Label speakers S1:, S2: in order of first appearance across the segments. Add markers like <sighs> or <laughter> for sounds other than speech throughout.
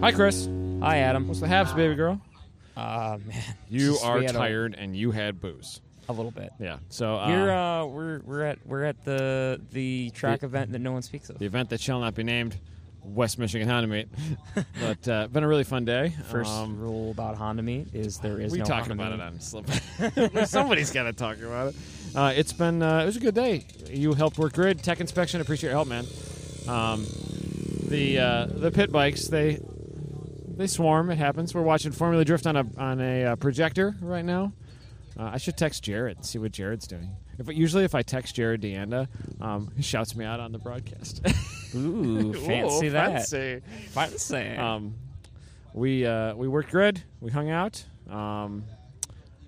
S1: Hi, Chris.
S2: Hi, Adam.
S1: What's the Habs, baby girl?
S2: Ah,
S3: <laughs>
S2: man,
S3: You
S2: Just
S3: are
S2: we had a-
S3: tired and you had booze.
S2: a little bit.
S3: Yeah. So uh,
S2: We're uh, we're we're at we're at the the track event that no one speaks of.
S3: the event that shall not be named, West Michigan Hound
S2: <laughs>
S3: Meet. but uh, been a really fun day.
S2: First
S3: Um,
S2: rule about Honda meet is there is
S3: we
S2: no
S3: talking about
S2: Honda
S3: it
S2: meet.
S3: on Slip. <laughs> Somebody's got to talk about it. Uh, it's been uh, it was a good day. You helped work grid tech inspection. Appreciate your help, man. Um, the uh, the pit bikes they they swarm. It happens. We're watching Formula Drift on a on a uh, projector right now. Uh, I should text Jared and see what Jared's doing. If usually if I text Jared Deanda, um, he shouts me out on the broadcast. <laughs>
S2: Ooh, fancy
S3: Ooh,
S2: that.
S3: fancy.
S2: Fancy.
S3: Um, we uh, we worked good. We hung out. Um,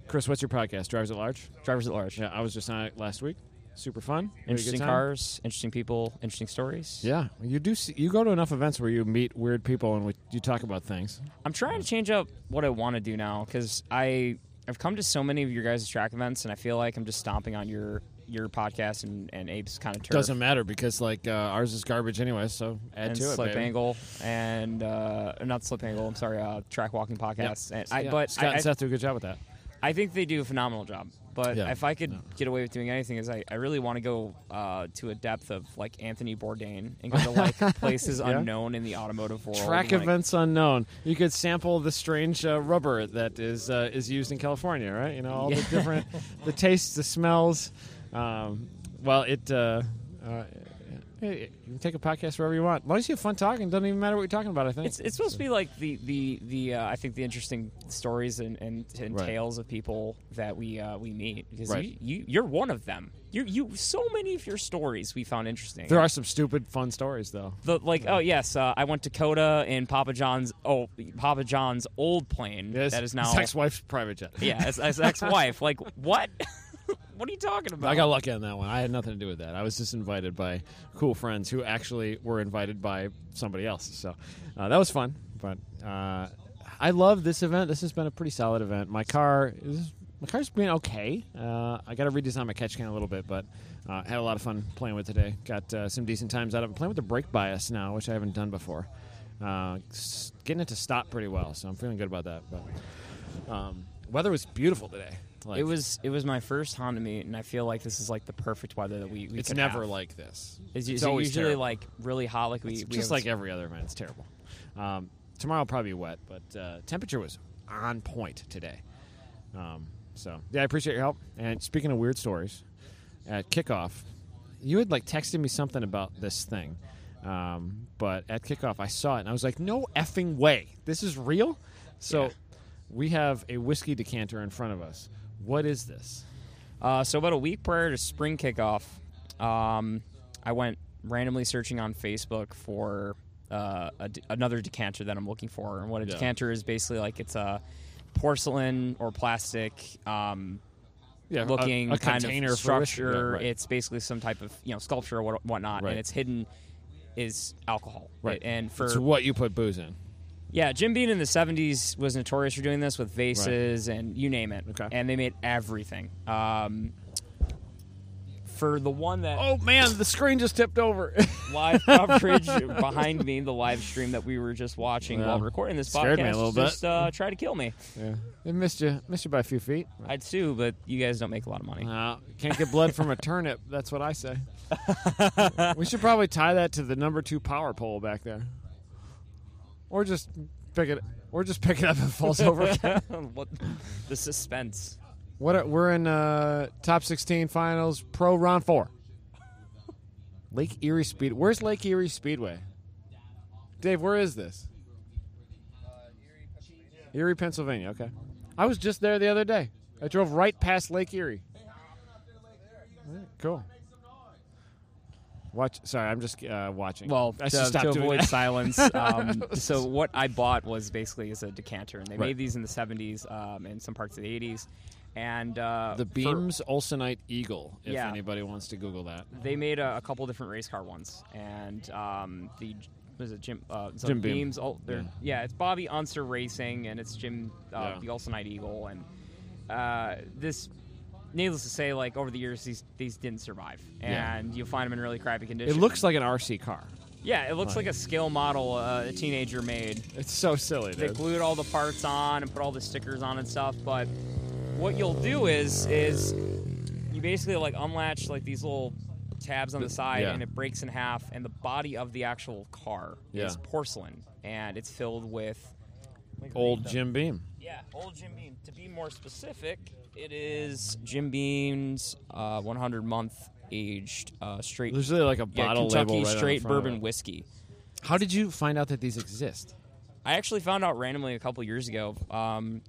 S3: Chris, what's your podcast? Drivers at Large.
S2: Drivers at large.
S3: Yeah, I was just on it last week. Super fun. We had a good
S2: Interesting
S3: time.
S2: cars, interesting people, interesting stories.
S3: Yeah, you do. See, you go to enough events where you meet weird people and we, you talk about things.
S2: I'm trying to change up what I want to do now because I I've come to so many of your guys' track events and I feel like I'm just stomping on your your podcast and, and Abe's kind of turf.
S3: Doesn't matter because like uh, ours is garbage anyway. So add
S2: and
S3: to it,
S2: slip
S3: baby.
S2: angle and uh, not slip angle. I'm sorry, uh, track walking podcast. And I,
S3: Yeah,
S2: but
S3: Scott
S2: I,
S3: and
S2: I,
S3: Seth do a good job with that.
S2: I think they do a phenomenal job. But
S3: Yeah.
S2: if I could get away with doing anything, is I, I really want to go uh, to a depth of like Anthony Bourdain and go
S3: <laughs>
S2: to like places unknown in the automotive world.
S3: Track
S2: and, like,
S3: events unknown. You could sample the strange uh, rubber that is uh, is used in California, right? You know all the
S2: Yeah.
S3: different, the tastes, the smells. Um, well, it. Uh, uh, hey, you can take a podcast wherever you want. As long as you have fun talking, doesn't even matter what you're talking about. I think
S2: It's, it's supposed to be like the the the uh, I think the interesting stories and, and, and
S3: Right.
S2: tales of people that we uh, we meet because
S3: Right.
S2: you, you you're one of them. You you so many of your stories we found interesting.
S3: there are some stupid fun stories though.
S2: the like oh yes uh, I went to Coda in Papa John's oh Papa John's old plane
S3: Yes,
S2: that is now
S3: his ex-wife's private jet.
S2: <laughs> yeah his, his ex-wife like what <laughs> what are you talking about
S3: I got lucky on that one. I had nothing to do with that. I was just invited by cool friends who actually were invited by somebody else. So uh, that was fun. But uh, I love this event. This has been a pretty solid event. My car is my car's been okay. Uh, I got to redesign my catch can a little bit, but uh, had a lot of fun playing with today. Got uh, some decent times out of it. Playing with the brake bias now, which I haven't done before. Uh, s- getting it to stop pretty well, so I'm feeling good about that. But um, weather was beautiful today. Like,
S2: it was it was my first Honda meet and I feel like this is like the perfect weather that we, we
S3: It's
S2: could
S3: never
S2: have.
S3: like this.
S2: is, is
S3: it's
S2: it
S3: always
S2: usually
S3: terrible.
S2: like really hot like we,
S3: It's
S2: we
S3: just
S2: have-
S3: like every other event. It's terrible. Um, tomorrow will probably be wet, but uh, temperature was on point today. Um, so yeah, I appreciate your help. And speaking of weird stories, at kickoff, you had like texted me something about this thing. Um, but at kickoff, I saw it and I was like, "No effing way! This is real." So we have a whiskey decanter in front of us. What is this?
S2: Uh, so about a week prior to spring kickoff, um, I went randomly searching on Facebook for uh, a d another decanter that I'm looking for. And what a
S3: Yeah.
S2: decanter is basically like it's a porcelain or plastic um,
S3: Yeah, a-
S2: looking
S3: a
S2: kind
S3: container
S2: of
S3: for whiskey. Yeah,
S2: structure.
S3: right.
S2: It's basically some type of you know sculpture or what, whatnot,
S3: Right.
S2: and it's hidden is alcohol.
S3: Right.
S2: And for
S3: It's what you put booze in.
S2: yeah, Jim Beam in the '70s was notorious for doing this with vases and you name it.
S3: Okay.
S2: And they made everything. Um, for the one that
S3: Oh man, the screen just tipped over. <laughs>
S2: live <laughs> coverage behind me, the live stream that we were just watching
S3: Yeah.
S2: while recording this
S3: Scared me a
S2: podcast,
S3: little bit.
S2: just uh, try to kill me.
S3: yeah, it missed you, missed you by a few feet.
S2: I'd sue, but you guys don't make a lot of money.
S3: Uh, can't get blood from a turnip. That's what I <laughs> say. we should probably tie that to the number two power pole back there, or just pick it, or just pick it up and falls
S2: <laughs>
S3: over.
S2: what the suspense?
S3: what? Are, we're in uh, top sixteen finals, pro round four. Lake Erie Speed. Where's Lake Erie Speedway? Dave, where is this? Erie, Pennsylvania. Okay, I was just there the other day. I drove right past Lake Erie. Alright, Cool. Watch. Sorry, I'm just uh, watching.
S2: Well,
S3: I
S2: to,
S3: should stop
S2: to
S3: doing
S2: avoid
S3: that. <laughs>
S2: silence. <laughs> Um, <laughs> so what I bought was basically is a decanter, and they
S3: Right.
S2: made these in the '70s um, and some parts of the '80s. And uh,
S3: The
S2: for-
S3: Beams Olsonite Eagle. If
S2: Yeah.
S3: anybody wants to Google that.
S2: they made a, a couple different race car ones, and um, the was it Jim uh, so
S3: Jim Beam.
S2: Beams? Ul- they're- yeah. it's Bobby Unser Racing, and it's Jim uh,
S3: Yeah.
S2: the Olsonite Eagle, and uh, this. Needless to say, like over the years, these these didn't survive,
S3: Yeah.
S2: and you'll find them in really crappy
S3: It
S2: condition.
S3: looks like an RC car.
S2: Yeah, it looks like a scale model uh, a teenager made.
S3: It's so silly,
S2: They
S3: dude.
S2: glued all the parts on and put all the stickers on and stuff. But what you'll do is is you basically like unlatch like these little tabs on the side
S3: yeah.
S2: and it breaks in half and the body of the actual car
S3: Yeah.
S2: is porcelain and it's filled with like,
S3: Old
S2: the-
S3: Jim Beam.
S2: Yeah, old Jim Beam. To be more specific, it is Jim Beam's uh, 100 month aged uh, straight
S3: There's really like a
S2: yeah,
S3: bottle
S2: Kentucky
S3: label right on the
S2: straight
S3: front of
S2: bourbon
S3: it.
S2: whiskey.
S3: How did you find out that these exist?
S2: I actually found out randomly a couple years ago. Um,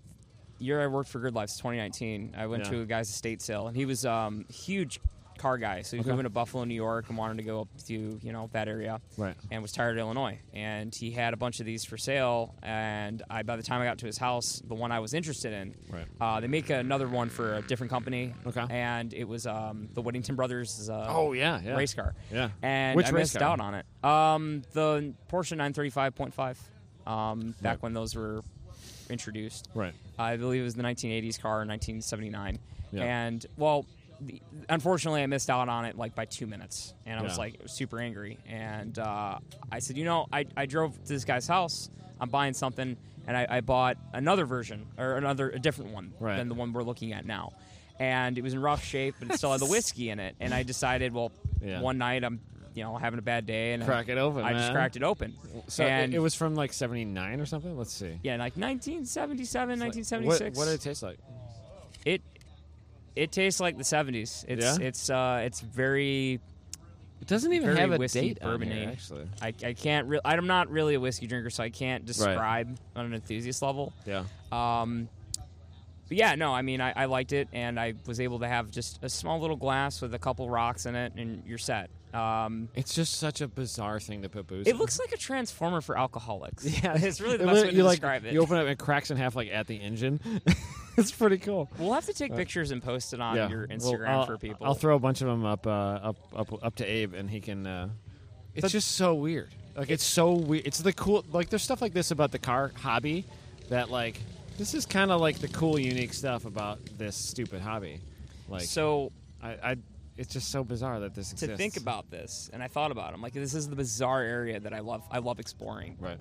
S2: year I worked for Good Lives, 2019. I went
S3: Yeah.
S2: to a guy's estate sale, and he was um, huge car guy. So he was
S3: Okay.
S2: moving to Buffalo, New York, and wanted to go up to you know that area,
S3: Right.
S2: And was tired of Illinois, and he had a bunch of these for sale. And I, by the time I got to his house, the one I was interested in,
S3: Right.
S2: uh, they make another one for a different company,
S3: Okay.
S2: And it was um, the Whittington Brothers. Uh,
S3: Oh yeah, yeah.
S2: race car.
S3: Yeah.
S2: and
S3: Which
S2: I
S3: race
S2: missed
S3: car?
S2: out on it. Um, the Porsche 935.5. Um, back
S3: Right.
S2: when those were introduced,
S3: Right.
S2: I believe it was the 1980s car, 1979.
S3: Yeah.
S2: And well, the, unfortunately, I missed out on it like by two minutes, and I was
S3: Yeah.
S2: like super angry. And uh, I said, you know, I, I drove to this guy's house. I'm buying something, and I, I bought another version or another a different one
S3: Right.
S2: than the one we're looking at now. And it was in rough shape, but it
S3: <laughs>
S2: still had the whiskey in it. And I decided, well,
S3: Yeah.
S2: one night I'm, you know, having a bad day, and
S3: Crack it open,
S2: I just
S3: man.
S2: cracked it open.
S3: So
S2: and
S3: it, it was from like '79 or something. Let's see.
S2: yeah, like 1977,
S3: Like,
S2: 1976.
S3: What, what did it taste like?
S2: It it tastes like the seventies. It's
S3: Yeah?
S2: it's uh it's very
S3: It doesn't even
S2: very
S3: have a
S2: whiskey
S3: date on
S2: bourbon-y.
S3: here, actually.
S2: I, I can't re- I'm not really a whiskey drinker, so I can't describe on an enthusiast level.
S3: Yeah.
S2: Um but yeah, no, I mean I, I liked it and I was able to have just a small little glass with a couple rocks in it and you're set. Um
S3: It's just such a bizarre thing to put booze.
S2: it
S3: in.
S2: looks <laughs> like a transformer for alcoholics.
S3: Yeah,
S2: <laughs> it's really the
S3: It
S2: best
S3: lit-
S2: way to
S3: you, like,
S2: describe it.
S3: You open it, and it cracks in half like at the engine. <laughs> it's pretty cool.
S2: we'll have to take pictures and post it on
S3: yeah.
S2: your
S3: Well,
S2: Instagram
S3: I'll-
S2: for people.
S3: I'll throw a bunch of them up, uh, up, up, up to Abe, and he can. Uh, it's just so weird. Like it's so weird. It's the cool. Like there's stuff like this about the car hobby, that like this is kind of like the cool, unique stuff about this stupid hobby. Like
S2: so
S3: I, I it's just so bizarre that this
S2: to
S3: exists.
S2: think about this, and I thought about it. I'm like, this is the bizarre area that I love. I love exploring.
S3: Right.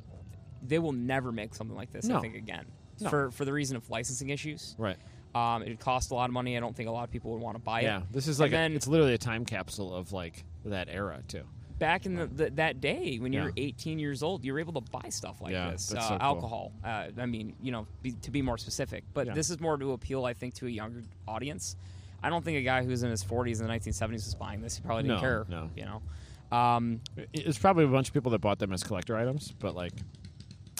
S2: They will never make something like this.
S3: No.
S2: I think again,
S3: No.
S2: for for the reason of licensing issues.
S3: Right.
S2: Um, it would cost a lot of money. I don't think a lot of people would want to buy
S3: Yeah.
S2: it.
S3: This is
S2: And
S3: like a-
S2: then-
S3: it's literally a time capsule of like that era too.
S2: Back in the, the, that day when you
S3: Yeah.
S2: were 18 years old, you were able to buy stuff like
S3: Yeah,
S2: this,
S3: that's
S2: uh,
S3: so cool.
S2: alcohol. Uh, I mean, you know, be, to be more specific, but
S3: Yeah.
S2: this is more to appeal, I think, to a younger audience. I don't think a guy who's in his 40s in the 1970s was buying this. He probably didn't
S3: No,
S2: care.
S3: no.
S2: You know. Um,
S3: It's probably a bunch of people that bought them as collector items, but like,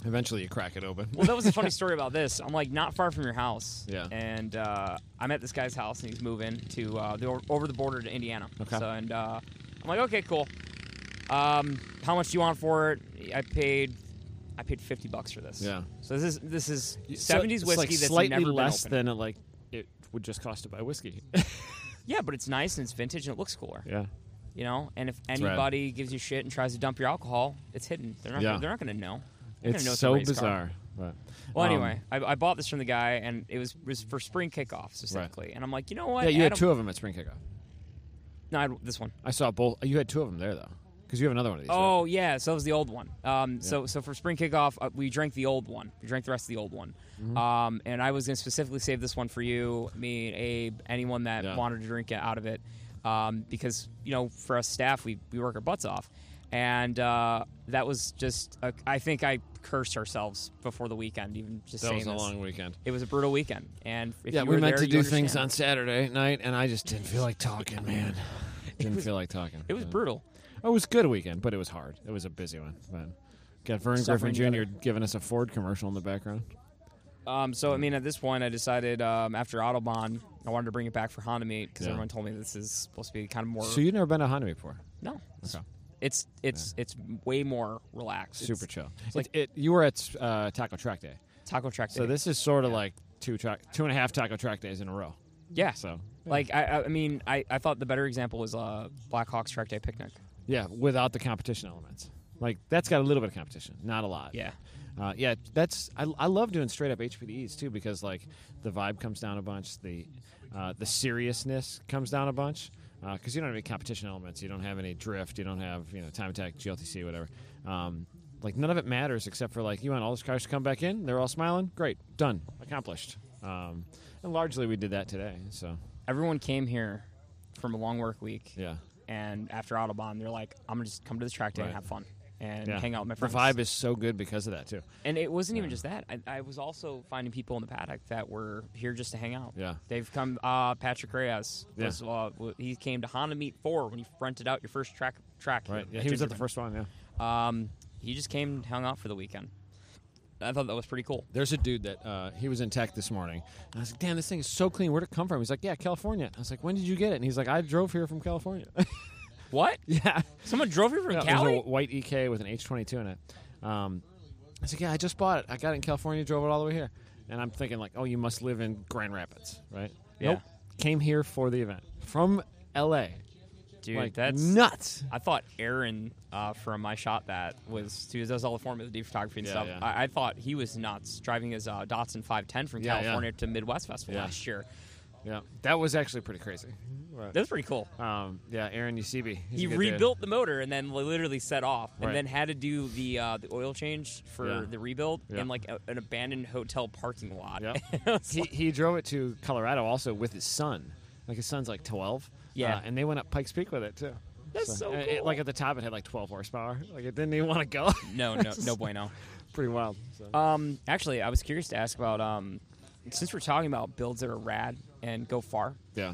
S3: eventually you crack it open.
S2: Well, that was a
S3: <laughs>
S2: funny story about this. I'm like not far from your house.
S3: Yeah.
S2: And uh, I'm at this guy's house, and he's moving to uh, the o- over the border to Indiana.
S3: Okay.
S2: So, and uh, I'm like, okay, cool. Um, how much do you want for it? I paid, I paid 50 bucks for this.
S3: Yeah.
S2: So this is this is
S3: So
S2: 70s
S3: it's,
S2: whiskey
S3: like
S2: that's
S3: slightly
S2: never
S3: less
S2: been opened.
S3: than it, like it would just cost to buy
S2: <laughs>
S3: whiskey.
S2: Yeah, but it's nice and it's vintage and it looks cooler.
S3: yeah,
S2: You know. And if
S3: rad.
S2: anybody gives you shit and tries to dump your alcohol, it's hidden. They're not.
S3: Yeah.
S2: Gonna, they're not going to know. They're
S3: it's
S2: gonna know a
S3: so
S2: race car.
S3: bizarre. But,
S2: Well,
S3: um,
S2: anyway, I, I bought this from the guy, and it was was for spring kickoff specifically. And I'm like, you know what?
S3: yeah, you had
S2: Adam- <laughs>
S3: two of them at spring kickoff.
S2: No, I had this one.
S3: I saw both. You had two of them there though, because you have another one of these. right?
S2: Oh yeah, so it was the old one. Um, so so for spring kickoff, uh, we drank the old one. We drank the rest of the old one.
S3: Mm-hmm.
S2: Um, and I was gonna specifically save this one for you, me, and Abe, anyone that
S3: Yeah.
S2: wanted to drink it out of it, um, because you know, for us staff, we we work our butts off, and uh, that was just. A, I think I cursed ourselves before the weekend, even just
S3: that
S2: saying
S3: was a
S2: this.
S3: long weekend.
S2: It was a brutal weekend, and if
S3: yeah,
S2: you
S3: we
S2: were
S3: meant
S2: there,
S3: to do
S2: you
S3: things
S2: understand.
S3: on Saturday night, and I just didn't feel like talking,
S2: <laughs>
S3: man. Didn't feel like talking.
S2: It was brutal.
S3: It was good weekend, but it was hard. It was a busy one. But got Vern
S2: Suffering
S3: Griffin Jr.
S2: together.
S3: giving us a Ford commercial in the background.
S2: Um, so I mean, at this point, I decided um, after Autobahn, I wanted to bring it back for Honda Meet because
S3: Yeah.
S2: everyone told me this is supposed to be kind of more.
S3: So you've never been to Honda before?
S2: no, it's
S3: Okay.
S2: it's it's, it's way more relaxed.
S3: Super
S2: It's
S3: chill.
S2: like-
S3: it, it, you were at uh, Taco Track Day,
S2: taco truck.
S3: so
S2: day.
S3: this is sort of like two track, two and a half Taco Track Days in a row.
S2: yeah.
S3: So
S2: Like I, I- I mean, I, I thought the better example was uh, Black Hawks Track Day picnic.
S3: yeah, without the competition elements, like that's got a little bit of competition, not a lot.
S2: Yeah.
S3: Uh, yeah, that's I, I love doing straight up HPDs too because like the vibe comes down a bunch, the uh, the seriousness comes down a bunch, because you don't have any competition elements. You don't have any drift. You don't have you know time attack, GLTC, whatever. Um, like none of it matters except for like you want all the cars to come back in. They're all smiling. Great, done, accomplished. Um, and largely we did that today. So
S2: Everyone came here from a long work week,
S3: yeah,
S2: and after Autobahn, they're like, "I'm gonna just come to this track day and
S3: Right.
S2: have fun and
S3: yeah.
S2: hang out with my friends."
S3: The vibe is so good because of that too.
S2: and it wasn't even just that. I, I was also finding people in the paddock that were here just to hang out.
S3: Yeah.
S2: they've come. Uh, Patrick Reyes
S3: Yeah.
S2: was, uh, w- he came to Honda Meet Four when you rented out your first track track. here
S3: Right. Yeah, he was at the
S2: Gingerman.
S3: first one. Yeah.
S2: Um, he just came, and hung out for the weekend. I thought that was pretty cool.
S3: There's a dude that uh, he was in tech this morning. And I was like, "Damn, this thing is so clean. Where'd it come from?" He's like, "Yeah, California." I was like, "When did you get it?" And he's like, "I drove here from
S2: <laughs>
S3: California." <laughs>
S2: What?
S3: yeah.
S2: Someone drove here from
S3: Yeah,
S2: Cali?
S3: It was a white EK with an H22 in it. Um, I was like, yeah, I just bought it. I got it in California, drove it all the way here. And I'm thinking, like, oh, you must live in Grand Rapids, right?
S2: Yeah.
S3: Nope. Came here for the event from LA.
S2: Dude,
S3: like,
S2: that's
S3: nuts.
S2: I thought Aaron uh, from my shot that was who does all the form-of-the photography and
S3: Yeah,
S2: stuff.
S3: yeah.
S2: I, I thought he was nuts driving his uh, Datsun 510 from
S3: Yeah, yeah.
S2: California to Midwest Festival
S3: Yeah.
S2: last year.
S3: Yeah. That was actually pretty crazy.
S2: That was pretty cool.
S3: Um, yeah, Aaron Eusebi. he's
S2: He
S3: a good
S2: rebuilt the motor and then li- literally set off, and
S3: Right.
S2: then had to do the uh, the oil change for
S3: Yeah.
S2: the rebuild
S3: Yeah.
S2: in like a, an abandoned hotel parking lot.
S3: Dude.
S2: It
S3: Yep.
S2: was
S3: he, he drove it to Colorado also with his son. Like, his son's like 12.
S2: Yeah.
S3: Uh, and they went up Pikes Peak with it, too.
S2: That's so
S3: it- it-
S2: cool.
S3: like at the top, it had like 12 horsepower. Like it didn't even want to go.
S2: <laughs>
S3: <laughs>
S2: no, no, no bueno.
S3: Pretty wild. So.
S2: Um, actually, I was curious to ask about um, since we're talking about builds that are rad and go far,
S3: Yeah.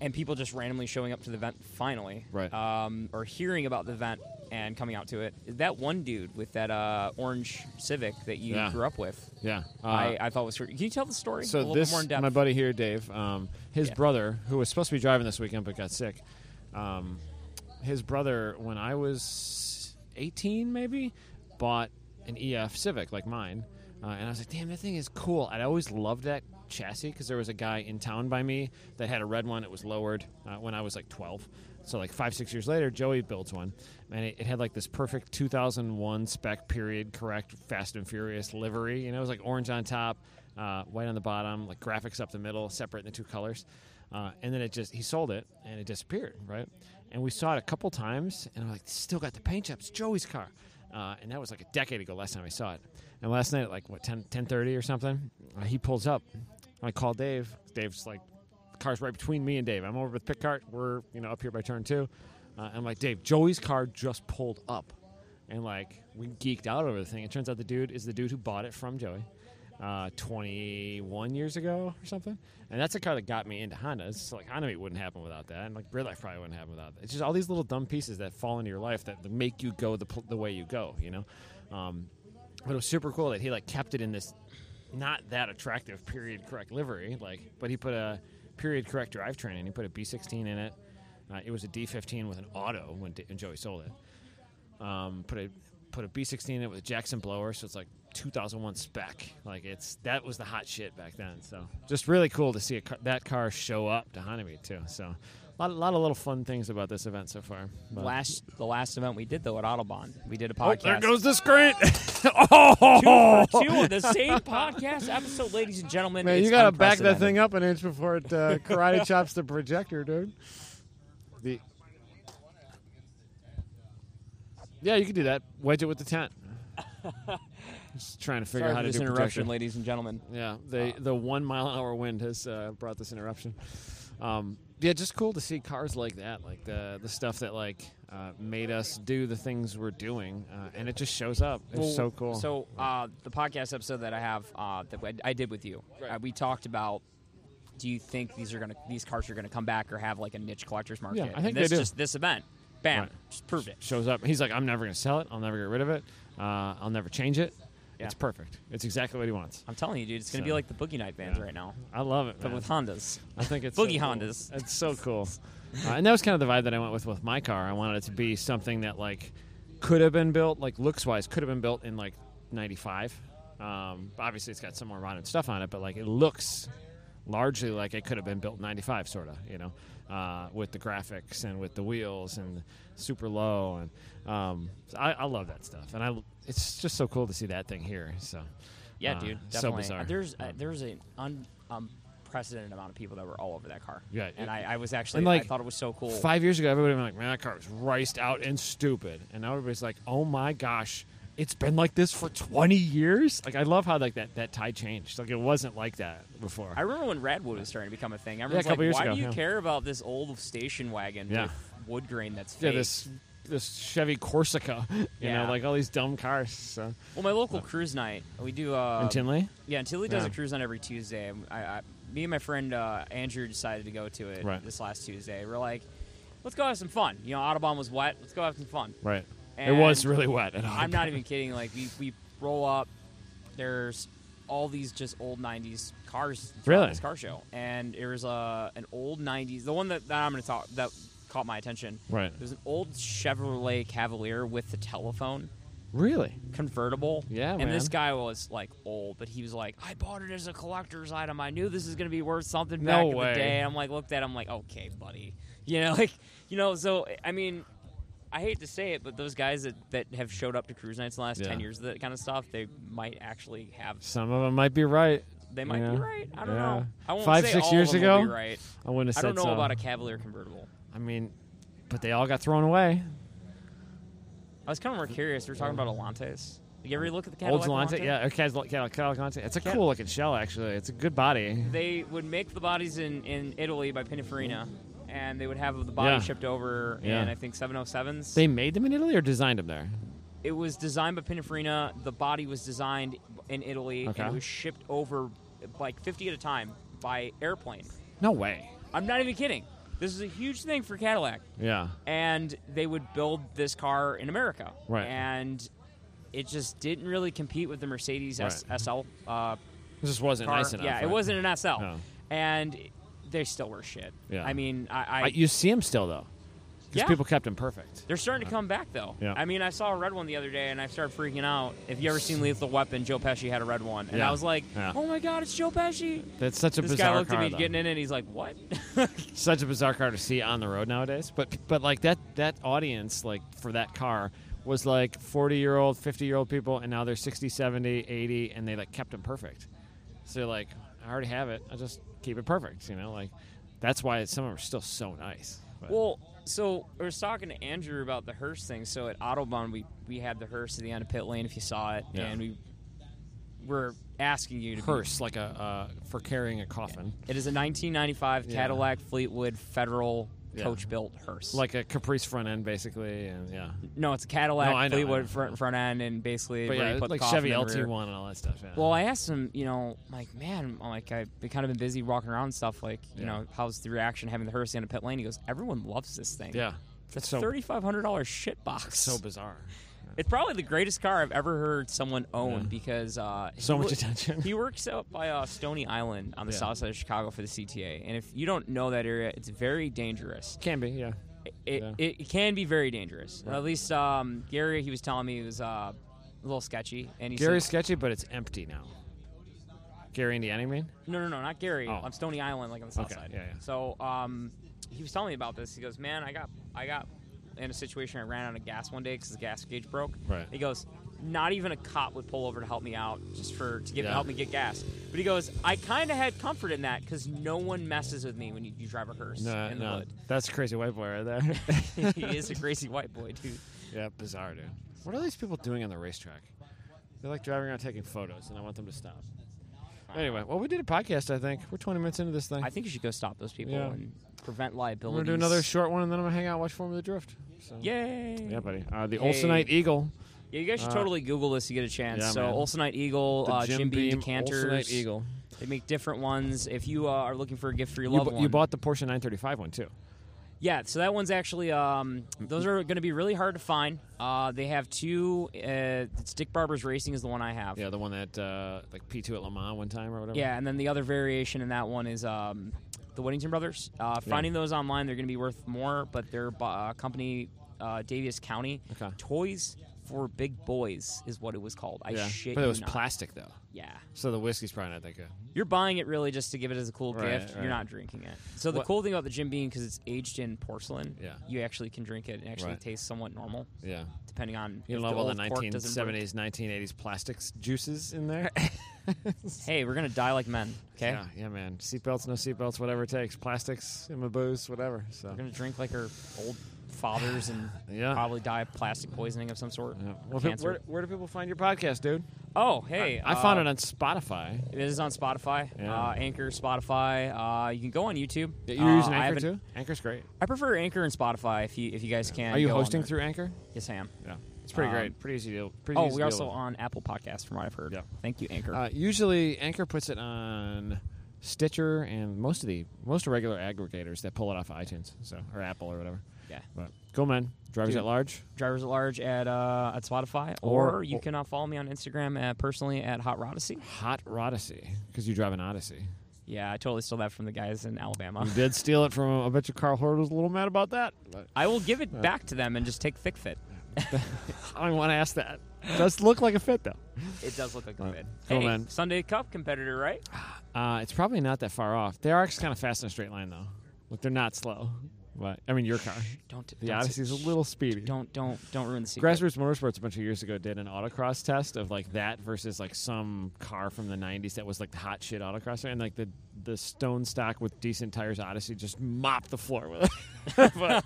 S2: and people just randomly showing up to the event finally,
S3: Right.
S2: Um, or hearing about the event and coming out to it. That one dude with that uh, orange Civic that you
S3: Yeah.
S2: grew up with,
S3: Yeah. Uh,
S2: I, I thought was. Can you tell the story a
S3: so
S2: little
S3: this,
S2: bit more in depth?
S3: my buddy here, Dave, um, his
S2: Yeah.
S3: brother, who was supposed to be driving this weekend but got sick, um, his brother, when I was 18, maybe, bought an EF Civic like mine. Uh, and I was like, damn, that thing is cool. I'd always loved that chassis because there was a guy in town by me that had a red one. It was lowered uh, when I was like 12. So, like five, six years later, Joey builds one. And it, it had like this perfect 2001 spec period, correct, Fast and Furious livery. You know, it was like orange on top, uh, white on the bottom, like graphics up the middle, separating the two colors. Uh, and then it just, he sold it and it disappeared, right? And we saw it a couple times and I'm like, still got the paint job. It's Joey's car. Uh, and that was like a decade ago last time I saw it. And last night at like, what, 10, 10.30 or something, uh, he pulls up. I call Dave. Dave's like, the car's right between me and Dave. I'm over with Pickhart. We're, you know, up here by turn two. Uh, I'm like, Dave, Joey's car just pulled up. And like, we geeked out over the thing. It turns out the dude is the dude who bought it from Joey uh, 21 years ago or something. And that's the car that got me into Honda. It's just like Honda Meet wouldn't happen without that. And like real life probably wouldn't happen without that. It's just all these little dumb pieces that fall into your life that make you go the, pl- the way you go, you know? Um, but it was super cool that he like kept it in this not that attractive period correct livery, like, but he put a period correct drivetrain in. He put a B16 in it. Uh, it was a D15 with an auto when, D- when Joey sold it um, put a put a B16 in it with a Jackson blower, so it's like 2001 spec. Like it's that was the hot shit back then. So just really cool to see a car, that car show up to Hanami too. So a lot, a lot of little fun things about this event so far. But-
S2: last the last event we did though at Autobahn, we did a
S3: oh,
S2: podcast.
S3: there goes the screen. <laughs> oh, <laughs>
S2: <laughs> two on the same podcast episode, ladies and gentlemen.
S3: man,
S2: it's
S3: you gotta back that
S2: unprecedented.
S3: thing up an inch before it <laughs> uh, karate chops the projector, dude. The yeah, you can do that. Wedge it with the
S2: <laughs>
S3: tent. Just trying to figure
S2: Sorry
S3: out how
S2: for
S3: to
S2: this
S3: do
S2: interruption, Uh.
S3: projector.
S2: ladies and gentlemen.
S3: Yeah, the the one mile an hour wind has uh, brought this interruption. Um, yeah, just cool to see cars like that, like the the stuff that like uh, made us do the things we're doing, uh, and it just shows up. It's
S2: Well,
S3: so cool.
S2: So uh, the podcast episode that I have uh, that I- I did with you,
S3: Right.
S2: uh, we talked about. Do you think these are gonna these cars are gonna come back or have like a niche collectors market?
S3: I
S2: And
S3: think
S2: this
S3: they do.
S2: just this event, bam,
S3: Right.
S2: just proved it.
S3: shows up. He's like, I'm never gonna sell it. I'll never get rid of it. Uh, I'll never change it.
S2: Yeah.
S3: It's perfect. It's exactly what he wants.
S2: I'm telling you, dude, it's gonna
S3: So-
S2: be like the boogie night vans
S3: Yeah.
S2: right now,
S3: I love it.
S2: but
S3: man.
S2: with Hondas.
S3: I think it's
S2: Boogie
S3: so cool.
S2: Hondas.
S3: It's so cool, uh, and that was kind of the vibe that I went with with my car. I wanted it to be something that like could have been built, like looks wise, could have been built in like '95. Um, obviously, it's got some more modern stuff on it, but like it looks largely like it could have been built in '95, sort of, you know, uh, with the graphics and with the wheels and super low, and um, so I, I love that stuff, and I it's just so cool to see that thing here. So
S2: Yeah,
S3: uh,
S2: dude,
S3: so
S2: definitely.
S3: bizarre. Mm.
S2: There's uh, there's an un, um, unprecedented amount of people that were all over that car.
S3: Yeah,
S2: and
S3: it-
S2: I, I was actually
S3: and, like,
S2: I thought it was so cool.
S3: Five years ago, everybody would have been like, man, that car was riced out and stupid. And now everybody's like, oh my gosh, it's been like this for 20 years? Like, I love how like that, that tie changed. Like, it wasn't like that before.
S2: I remember when Radwood was starting to become a thing. I remember it's
S3: couple
S2: like,
S3: years
S2: why
S3: ago,
S2: do you
S3: yeah.
S2: care about this old station wagon
S3: Yeah.
S2: with wood grain that's
S3: yeah,
S2: fake?
S3: this this Chevy Corsica, <laughs> you
S2: Yeah.
S3: know, like all these dumb cars. So.
S2: Well, my local cruise night, we do. Uh,
S3: And uh, Tinley?
S2: Yeah, and Tilly does
S3: Yeah.
S2: a cruise night every Tuesday. and I, I, me and my friend uh, Andrew decided to go to it
S3: Right.
S2: this last Tuesday. We're like, let's go have some fun. You know, Audubon was wet. Let's go have some fun.
S3: Right.
S2: And
S3: it was really wet. At
S2: I'm not even kidding. Like we we roll up. There's all these just old '90s cars. throughout
S3: Really?
S2: This car show, and there was uh, an old '90s. The one that, that I'm going to talk that caught my attention.
S3: Right.
S2: There's an old Chevrolet Cavalier with the telephone
S3: Really?
S2: convertible.
S3: Yeah,
S2: and this
S3: man.
S2: guy was like old, but he was like, I bought it as a collector's item. I knew this is going to be worth something
S3: No
S2: back in
S3: way.
S2: the day. And I'm like, looked at him like, okay, buddy. You know, <laughs> like, you know, so, I mean, I hate to say it, but those guys that, that have showed up to cruise nights in the last
S3: Yeah.
S2: 10 years, that kind of stuff, they might actually have.
S3: Some of them might be right.
S2: They might
S3: Yeah.
S2: be right. I don't
S3: Yeah.
S2: know. I won't
S3: Five,
S2: say
S3: six
S2: all
S3: years
S2: of them will
S3: ago?
S2: Be right.
S3: I wouldn't have
S2: I
S3: said
S2: don't know
S3: so.
S2: about a Cavalier convertible.
S3: I mean, but they all got thrown away.
S2: I was kind of more curious. We were talking about Elantes. You ever look at the
S3: Old
S2: Cadillac
S3: Zelante,
S2: Elante?
S3: yeah, Cadillac Cadillac Elante. It's a cool looking shell, actually. It's a good body.
S2: they would make the bodies in, in Italy by Pininfarina, and they would have the body
S3: Yeah.
S2: shipped over
S3: Yeah.
S2: in I think 707s.
S3: They made them in Italy or designed them there?
S2: it was designed by Pininfarina. The body was designed in Italy,
S3: Okay.
S2: and it was shipped over like 50 at a time by airplane.
S3: No way.
S2: I'm not even kidding. This is a huge thing for Cadillac,
S3: Yeah.
S2: and they would build this car in America,
S3: Right.
S2: And it just didn't really compete with the Mercedes S-
S3: Right.
S2: SL uh,
S3: It just wasn't
S2: car.
S3: nice enough.
S2: yeah,
S3: right?
S2: it wasn't an SL,
S3: No.
S2: and they still were shit.
S3: Yeah.
S2: I mean, I, I,
S3: I, you see them still, though. Because
S2: Yeah.
S3: people kept them perfect.
S2: they're starting to come back though.
S3: Yeah.
S2: I mean, I saw a red one the other day, and I started freaking out. If you ever seen Lethal Weapon, Joe Pesci had a red one, and
S3: Yeah.
S2: I was like,
S3: Yeah.
S2: "Oh my god, it's Joe Pesci!"
S3: That's such a
S2: This
S3: bizarre
S2: guy looked
S3: car,
S2: at me
S3: though.
S2: getting in, it, and he's like, "What?" <laughs>
S3: such a bizarre car to see on the road nowadays. But but like that that audience like for that car was like 40 year old, 50 year old people, and now they're 60, 70, 80, and they like kept them perfect. So they're like, I already have it. I just keep it perfect. You know, like that's why some of them are still so nice. But-
S2: well, so I was talking to Andrew about the hearse thing. So at Autobahn, we we had the hearse at the end of pit lane, if you saw it,
S3: Yeah.
S2: and we were asking you to be-
S3: hearse like a uh, for carrying a coffin,
S2: It is a 1995
S3: Yeah.
S2: Cadillac Fleetwood Federal
S3: Yeah.
S2: coach built hearse.
S3: like a Caprice front end basically, and yeah.
S2: no, it's a Cadillac
S3: No, I know, I
S2: Fleetwood
S3: know.
S2: front front end, and basically
S3: But
S2: where
S3: yeah,
S2: you put the
S3: like
S2: coffin
S3: Chevy
S2: in the
S3: LT1
S2: rear.
S3: and all that stuff. Yeah.
S2: Well, I asked him, you know, like, man, I'm like I've been kind of been busy walking around and stuff. Like, you
S3: Yeah.
S2: know, how's the reaction having the hearse in a pit lane? He goes, everyone loves this thing.
S3: yeah,
S2: it's
S3: so-
S2: a thirty five hundred dollars shit box.
S3: so bizarre.
S2: it's probably the greatest car I've ever heard someone own because uh,
S3: So
S2: he
S3: much
S2: wo-
S3: attention.
S2: He works out by uh, Stony Island on the
S3: Yeah.
S2: south side of Chicago for the CTA, and if you don't know that area, it's very dangerous
S3: Can be, yeah.
S2: it,
S3: Yeah.
S2: it, it can be very dangerous. At least um, Gary, he was telling me, he was uh, a little sketchy. And he
S3: Gary's
S2: said,
S3: sketchy, but it's empty now. Gary, Indiana, you mean?
S2: no, no, no, not Gary.
S3: Oh.
S2: I'm Stony Island, like on the south
S3: Okay,
S2: side.
S3: yeah, yeah.
S2: So um, he was telling me about this. He goes, man, I got, I got in a situation. I ran out of gas one day because the gas gauge broke.
S3: Right.
S2: He goes, not even a cop would pull over to help me out just for to get
S3: Yeah.
S2: help me get gas. But he goes, I kind of had comfort in that because no one messes with me when you, you drive a hearse
S3: No,
S2: in the
S3: no, that's a crazy white boy right there.
S2: <laughs> hood. <laughs> he is a crazy white boy, dude.
S3: yeah, bizarre, dude. What are these people doing on the racetrack? They're like driving around taking photos, and I want them to stop. Anyway, well, we did a podcast. I think we're 20 minutes into this thing.
S2: I think you should go stop those people
S3: Yeah.
S2: and prevent
S3: I'm
S2: liability.
S3: gonna do another short one, and then I'm gonna hang out, and watch Formula Drift. So.
S2: Yay!
S3: yeah, buddy. Uh, the
S2: Hey.
S3: Olsonite Eagle,
S2: Yeah, you guys should
S3: Uh,
S2: totally Google this to get a chance.
S3: yeah,
S2: so
S3: man.
S2: Olsonite Eagle,
S3: the
S2: uh,
S3: Jim,
S2: Jim Beam
S3: Beam
S2: decanters.
S3: Olsonite Eagle.
S2: They make different ones. If you uh, are looking for a gift for your
S3: You,
S2: loved
S3: bu-
S2: one,
S3: you bought the Porsche 935 one too.
S2: Yeah, so that one's actually um, those are going to be really hard to find. Uh, they have two. Uh, it's Dick Barber's Racing is the one I have.
S3: Yeah, the one that uh, like P2 at Le Mans one time or whatever.
S2: Yeah, and then the other variation in that one is um, the Weddington Brothers. Uh, finding those online, they're going to be worth more, but they're by, uh, company uh, Daviess County
S3: Okay.
S2: Toys for big boys is what it was called. I
S3: yeah.
S2: shit
S3: but
S2: you
S3: it was
S2: not.
S3: plastic though,
S2: yeah,
S3: so the whiskey's probably not that good.
S2: you're buying it really just to give it as a cool
S3: Right,
S2: gift.
S3: right.
S2: You're not drinking it. So the
S3: What-
S2: cool thing about the Jim Beam because it's aged in porcelain,
S3: Yeah.
S2: you actually can drink it and actually
S3: Right.
S2: tastes somewhat normal,
S3: Yeah,
S2: depending on
S3: you
S2: if
S3: don't love all the
S2: old cork doesn't break.
S3: 1970s, 1980s plastics juices in
S2: <laughs>
S3: there.
S2: Hey, we're gonna die like men. Okay,
S3: Yeah, yeah, man. Seatbelts, no seatbelts, whatever it takes. Plastics in my booze, whatever. So
S2: we're gonna drink like our old fathers and
S3: <sighs> Yeah.
S2: probably die of plastic poisoning of some sort.
S3: Yeah.
S2: or
S3: Well, pe-
S2: cancer.
S3: where, where do people find your podcast, dude?
S2: oh, hey,
S3: I found
S2: uh,
S3: it on Spotify.
S2: It is on Spotify,
S3: Yeah.
S2: uh, Anchor, Spotify. Uh, you can go on YouTube.
S3: You're using
S2: Uh, I
S3: Anchor
S2: haven't-
S3: too. Anchor's great.
S2: I prefer Anchor and Spotify. If you if you guys can,
S3: Are you
S2: go on
S3: hosting
S2: there.
S3: through Anchor?
S2: Yes, I am.
S3: Yeah, it's pretty
S2: Um,
S3: great. Pretty easy deal. Pretty
S2: Oh,
S3: easy
S2: we're
S3: deal
S2: also
S3: with it.
S2: on Apple Podcasts, from what I've heard.
S3: Yeah.
S2: Thank you, Anchor.
S3: Uh, usually, Anchor puts it on Stitcher and most of the most regular aggregators that pull it off of iTunes, so or Apple or whatever.
S2: yeah.
S3: But cool, man. Drivers
S2: Dude.
S3: at large.
S2: Drivers at large at uh, at Spotify,
S3: Or-
S2: or, you can uh, follow me on Instagram at, personally at Hot Rodacy.
S3: Hot Rodacy, because you drive an Odyssey.
S2: Yeah, I totally stole that from the guys in Alabama.
S3: You did steal it from him. I bet you Carl Horde was a little mad about that. But
S2: I will give it back to them and just take thick fit.
S3: I don't want to ask that. does look like a fit, though.
S2: It does look like a fit.
S3: Cool,
S2: hey,
S3: man.
S2: Sunday Cup competitor, right?
S3: Uh, it's probably not that far off. They are kind of fast in a straight line, though. Like, they're not slow. But, I mean, your car.
S2: Don't
S3: The
S2: don't,
S3: Odyssey's a little speedy.
S2: Don't don't don't ruin the secret.
S3: Grassroots Motorsports a bunch of years ago did an autocross test of like that versus like some car from the '90s that was like the hot shit autocrosser, and like the the stone stock with decent tires Odyssey just mopped the floor with it. <laughs> But-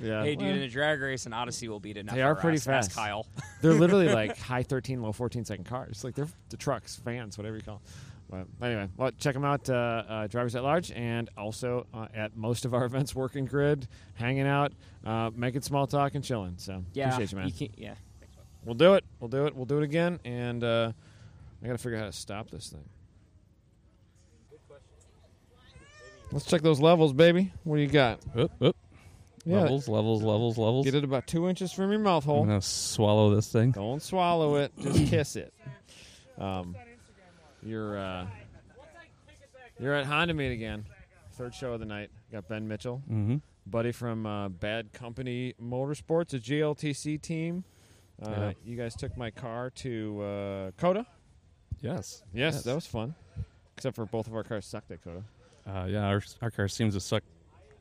S3: yeah,
S2: Hey, dude,
S3: well,
S2: in a drag race, an Odyssey will beat enough.
S3: They are
S2: for
S3: pretty
S2: us. Ask
S3: fast.
S2: Kyle.
S3: they're literally like high 13, low 14 second cars. Like they're the trucks, vans, whatever you call. Them. But anyway, well, check them out, uh, uh, drivers at large, and also uh, at most of our events, working grid, hanging out, uh, making small talk, and chilling. So
S2: yeah,
S3: appreciate you, man.
S2: you can't- yeah.
S3: We'll do it. We'll do it. We'll do it again. And uh, I got to figure out how to stop this thing. Let's check those levels, baby. What do you got?
S1: Oop, oop.
S3: Yeah.
S1: Levels, Mm-hmm. levels, levels, levels.
S3: Get it about two inches from your mouth
S1: I'm
S3: hole.
S1: gonna swallow this thing.
S3: Don't swallow it. Just kiss it. Um, you're uh, you're at Honda Meet again. Third show of the night. Got Ben Mitchell,
S1: Mm-hmm.
S3: buddy from uh, Bad Company Motorsports, a GLTC team. Uh,
S1: Yeah.
S3: You guys took my car to uh, Coda.
S1: Yes.
S3: Yes, that was fun. Except for both of our cars sucked at Coda.
S1: Uh, yeah, our, our car seems to suck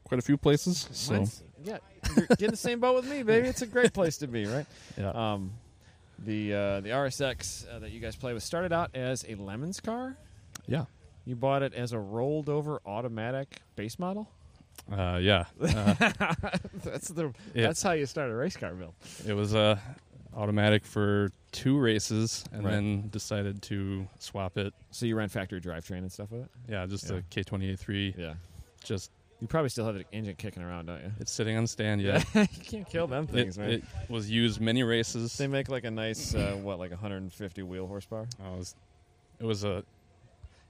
S1: quite a few places. So
S3: Mine's- yeah, you're getting the same boat with me, baby. It's a great place to be, right?
S1: yeah,
S3: Um, the uh, the RSX uh, that you guys play with started out as a Lemons car.
S1: yeah,
S3: You bought it as a rolled over automatic base model.
S1: uh, yeah. Uh,
S3: <laughs> That's the
S1: Yeah.
S3: that's how you start a race car build.
S1: it was uh, automatic for two races, and
S3: Right.
S1: then decided to swap it.
S3: So you ran factory drivetrain and stuff with it.
S1: Yeah, just
S3: Yeah.
S1: a K twenty eight three.
S3: Yeah,
S1: Just
S3: you probably still have the engine kicking around, don't you?
S1: it's sitting on the stand. Yeah,
S3: you can't kill them
S1: it,
S3: things, man.
S1: it was used many races.
S3: they make like a nice uh, what, like 150 wheel horsepower.
S1: I was, it was a,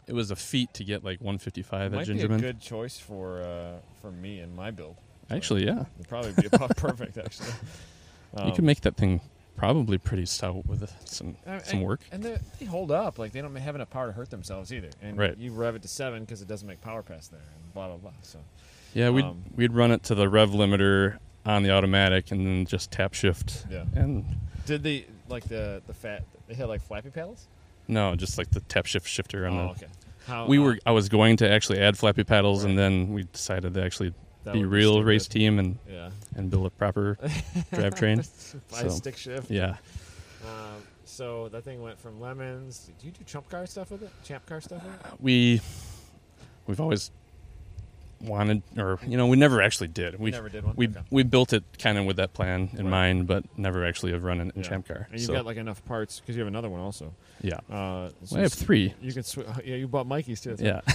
S1: it was a feat to get like one fifty five at
S3: Might be
S1: Gingerman.
S3: a good choice for uh, for me and my build.
S1: Actually, yeah.
S3: It'd probably be about <laughs> perfect, actually.
S1: you
S3: Um,
S1: can make that thing probably pretty stout with some some work.
S3: And they they hold up. Like, they don't have enough power to hurt themselves either. And
S1: Right.
S3: you rev it to seven because it doesn't make power pass there and blah, blah, blah. So,
S1: Yeah, we'd
S3: um,
S1: we'd run it to the rev limiter on the automatic and then just tap shift.
S3: Yeah.
S1: And
S3: did the, like, the, the fat, they had, like, flappy paddles?
S1: no, just like the tap shift shifter on
S3: Oh,
S1: the.
S3: okay. How,
S1: We
S3: uh,
S1: were I was going to actually add flappy paddles and
S3: Right.
S1: then we decided to actually
S3: That
S1: be
S3: would be
S1: real
S3: stupid.
S1: race team and <laughs>
S3: Yeah.
S1: and build a
S3: <laughs>
S1: proper drivetrain.
S3: By
S1: So-
S3: stick shift.
S1: Yeah.
S3: Um, so that thing went from lemons. Did you do chump car stuff with it? Champ car stuff with it?
S1: We we've always wanted or you know, we never actually did. We
S3: never did one?
S1: we
S3: Okay.
S1: we built it kind of with that plan in
S3: Right.
S1: mind, but never actually have run an in
S3: Yeah.
S1: champ car.
S3: And you've
S1: so,
S3: got, like, enough parts because you have another one also.
S1: yeah.
S3: Uh, so
S1: I have three.
S3: You can sw- yeah, you bought Mikey's too.
S1: Yeah. <laughs>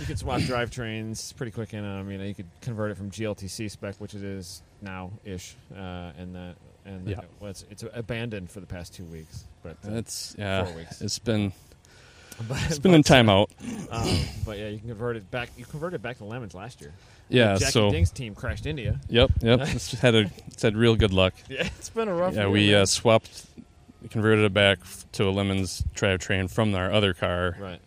S3: You could swap drivetrains pretty quick in them. You know, you could convert it from GLTC spec, which it is now ish, uh, and that and that
S1: Yeah.
S3: it was, it's abandoned for the past two weeks. But uh,
S1: It's yeah.
S3: four weeks.
S1: It's been
S3: <laughs> but,
S1: it's been in timeout.
S3: um, but yeah, you can convert it back. You converted back to lemons last year.
S1: Yeah.
S3: Jackie
S1: So
S3: Ding's team crashed India.
S1: yep, yep. It's just had a it's had real good luck.
S3: <laughs> Yeah, it's been a rough.
S1: Yeah,
S3: year,
S1: we
S3: man.
S1: uh, swapped, converted it back f- to a lemons drivetrain from our other car
S3: right.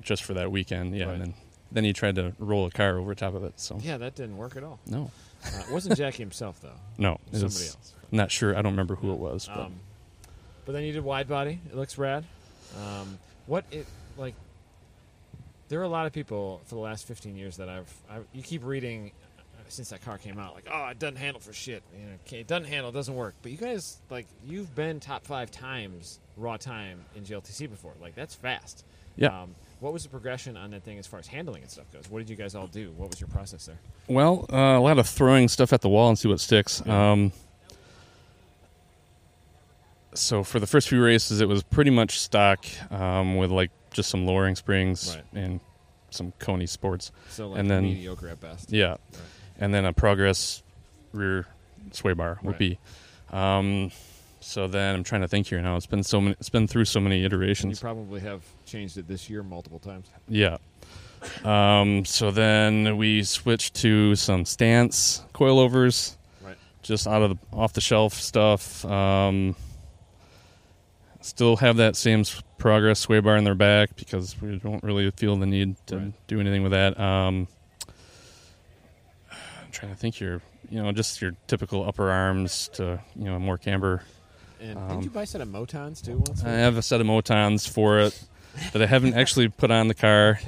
S1: just for that weekend. Yeah,
S3: Right.
S1: and then then he tried to roll a car over top of it. So
S3: Yeah, that didn't work at all.
S1: no,
S3: Uh, it wasn't Jackie himself though.
S1: no, it
S3: Somebody
S1: was
S3: else.
S1: I'm not sure. I don't remember who it was. But.
S3: Um, but then you did wide body. It looks rad. Um, what it like? There are a lot of people for the last 15 years that I've, i you keep reading uh, since that car came out like oh it doesn't handle for shit you know "Okay, it doesn't handle it doesn't work but you guys like you've been top five times raw time in GLTC before like that's fast
S1: Yeah.
S3: um, what was the progression on that thing as far as handling and stuff goes what did you guys all do what was your process there
S1: Well, uh, a lot of throwing stuff at the wall and see what sticks. Um, so for the first few races, it was pretty much stock um, with like just some lowering springs
S3: Right.
S1: and some Coney sports.
S3: so like
S1: And then-
S3: mediocre at best
S1: Yeah, and then a progress rear sway bar would
S3: Right.
S1: be. Um, so then I'm trying to think here now. It's been so many. It's been through so many
S3: you
S1: iterations.
S3: probably have changed it this year multiple times
S1: Yeah. Um, so then we switched to some stance coilovers.
S3: right
S1: just out of the off the shelf stuff. Um, still have that same s- progress sway bar in their back because we don't really feel the need to
S3: Right.
S1: do anything with that. Um, I'm trying to think your you know just your typical upper arms to you know more camber.
S3: and
S1: Um, uh,
S3: didn't you buy a set of motons too once
S1: I have a set of motons for it that I haven't actually put on
S3: <laughs>
S1: the car.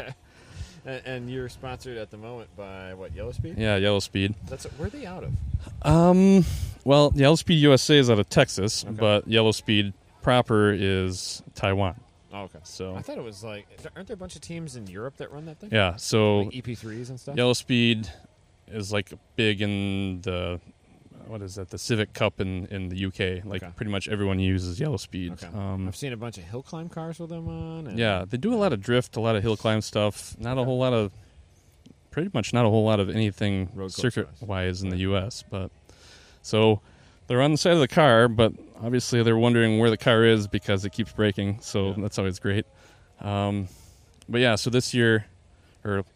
S3: And, and you're sponsored at the moment by what Yellow Speed?
S1: Yeah, Yellow Speed.
S3: That's where are they out of?
S1: Um, well, Yellow Speed USA is out of Texas,
S3: Okay.
S1: but Yellow Speed proper is Taiwan.
S3: Oh, okay.
S1: So
S3: I thought it was like, aren't there a bunch of teams in Europe that run that thing?
S1: Yeah, so
S3: Like EP3s and stuff.
S1: Yellow Speed is like big in the what is that? The Civic Cup in in the UK. Like
S3: Okay.
S1: pretty much everyone uses Yellow Speed.
S3: Okay.
S1: Um,
S3: I've seen a bunch of hill climb cars with them on. And
S1: yeah, they do a lot of drift, a lot of hill climb stuff. Not a whole lot of, pretty much not a whole lot of anything
S3: Road course
S1: circuit wise in the US. But so they're on the side of the car, but obviously they're wondering where the car is because it keeps breaking. So
S3: Yeah.
S1: that's always great. Um, but yeah, so this year, or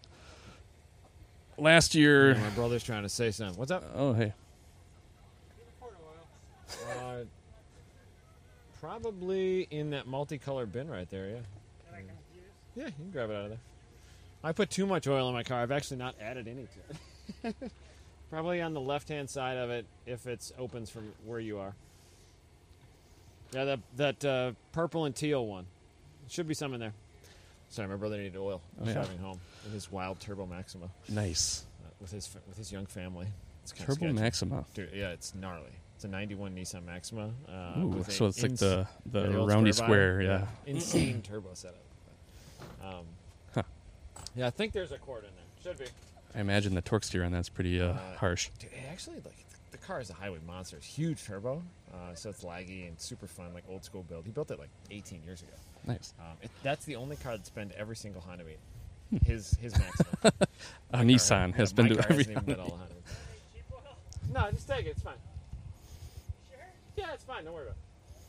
S1: last year.
S3: Yeah, my brother's trying to say something. What's up?
S1: Oh hey,
S3: Uh, probably in that multicolor bin right there, yeah. Yeah, you can grab it out of there. I put too much oil in my car. I've actually not added any to it. <laughs> probably on the left hand side of it if it's opens from where you are. Yeah, that that uh, purple and teal one. Should be some in there. Sorry, my brother needed oil. I was
S1: Yeah.
S3: driving home in his wild Turbo Maxima
S1: nice
S3: uh, with his fa- with his young family. It's kind
S1: turbo
S3: of
S1: Maxima.
S3: Dude, yeah, it's gnarly. It's a 91 Nissan Maxima. Uh,
S1: Ooh,
S3: with a
S1: so it's like
S3: ins-
S1: the the
S3: that old
S1: roundy
S3: square
S1: square,
S3: body.
S1: yeah.
S3: Insane <clears throat> turbo setup. But, um, Yeah, I think there's a cord in there. Should be.
S1: I imagine the torque steer on that's pretty uh,
S3: Uh,
S1: harsh.
S3: Dude, it actually, like, th- the car is a highway monster. It's huge turbo, uh, so it's laggy and super fun, like old school build. He built it like 18 years ago.
S1: Nice.
S3: Um, it, that's the only car that's been to every single Honda meet. His his
S1: <laughs>
S3: Maxima. My car
S1: Uh,
S3: hasn't-
S1: Nissan Hmm. has
S3: yeah,
S1: been
S3: my
S1: to
S3: car
S1: every.
S3: hasn't even been to all Honda meets. No, just take it. It's fine. Yeah, it's fine. Don't worry about it.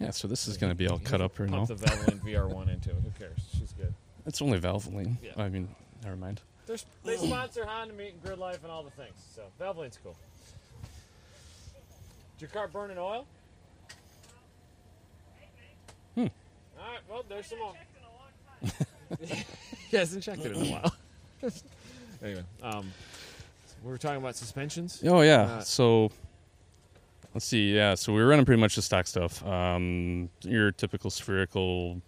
S1: Yeah, so this is going to be all
S3: You
S1: cut
S3: can
S1: up or
S3: pump
S1: no?
S3: the Valvoline VR1 into it. Who cares? She's good.
S1: It's only Valvoline.
S3: Yeah.
S1: I mean, never mind.
S3: They're, sp- they sponsor Honda Meet and Grid Life and all the things. So Valvoline's cool. Did your car burn in oil? Hmm. All right. Well, there's some more. <laughs> he hasn't checked it <laughs> in a while. anyway, um, we were talking about suspensions.
S1: Oh yeah.
S3: Uh,
S1: so let's see. Yeah, so we were running pretty much the stock stuff. Um, your typical spherical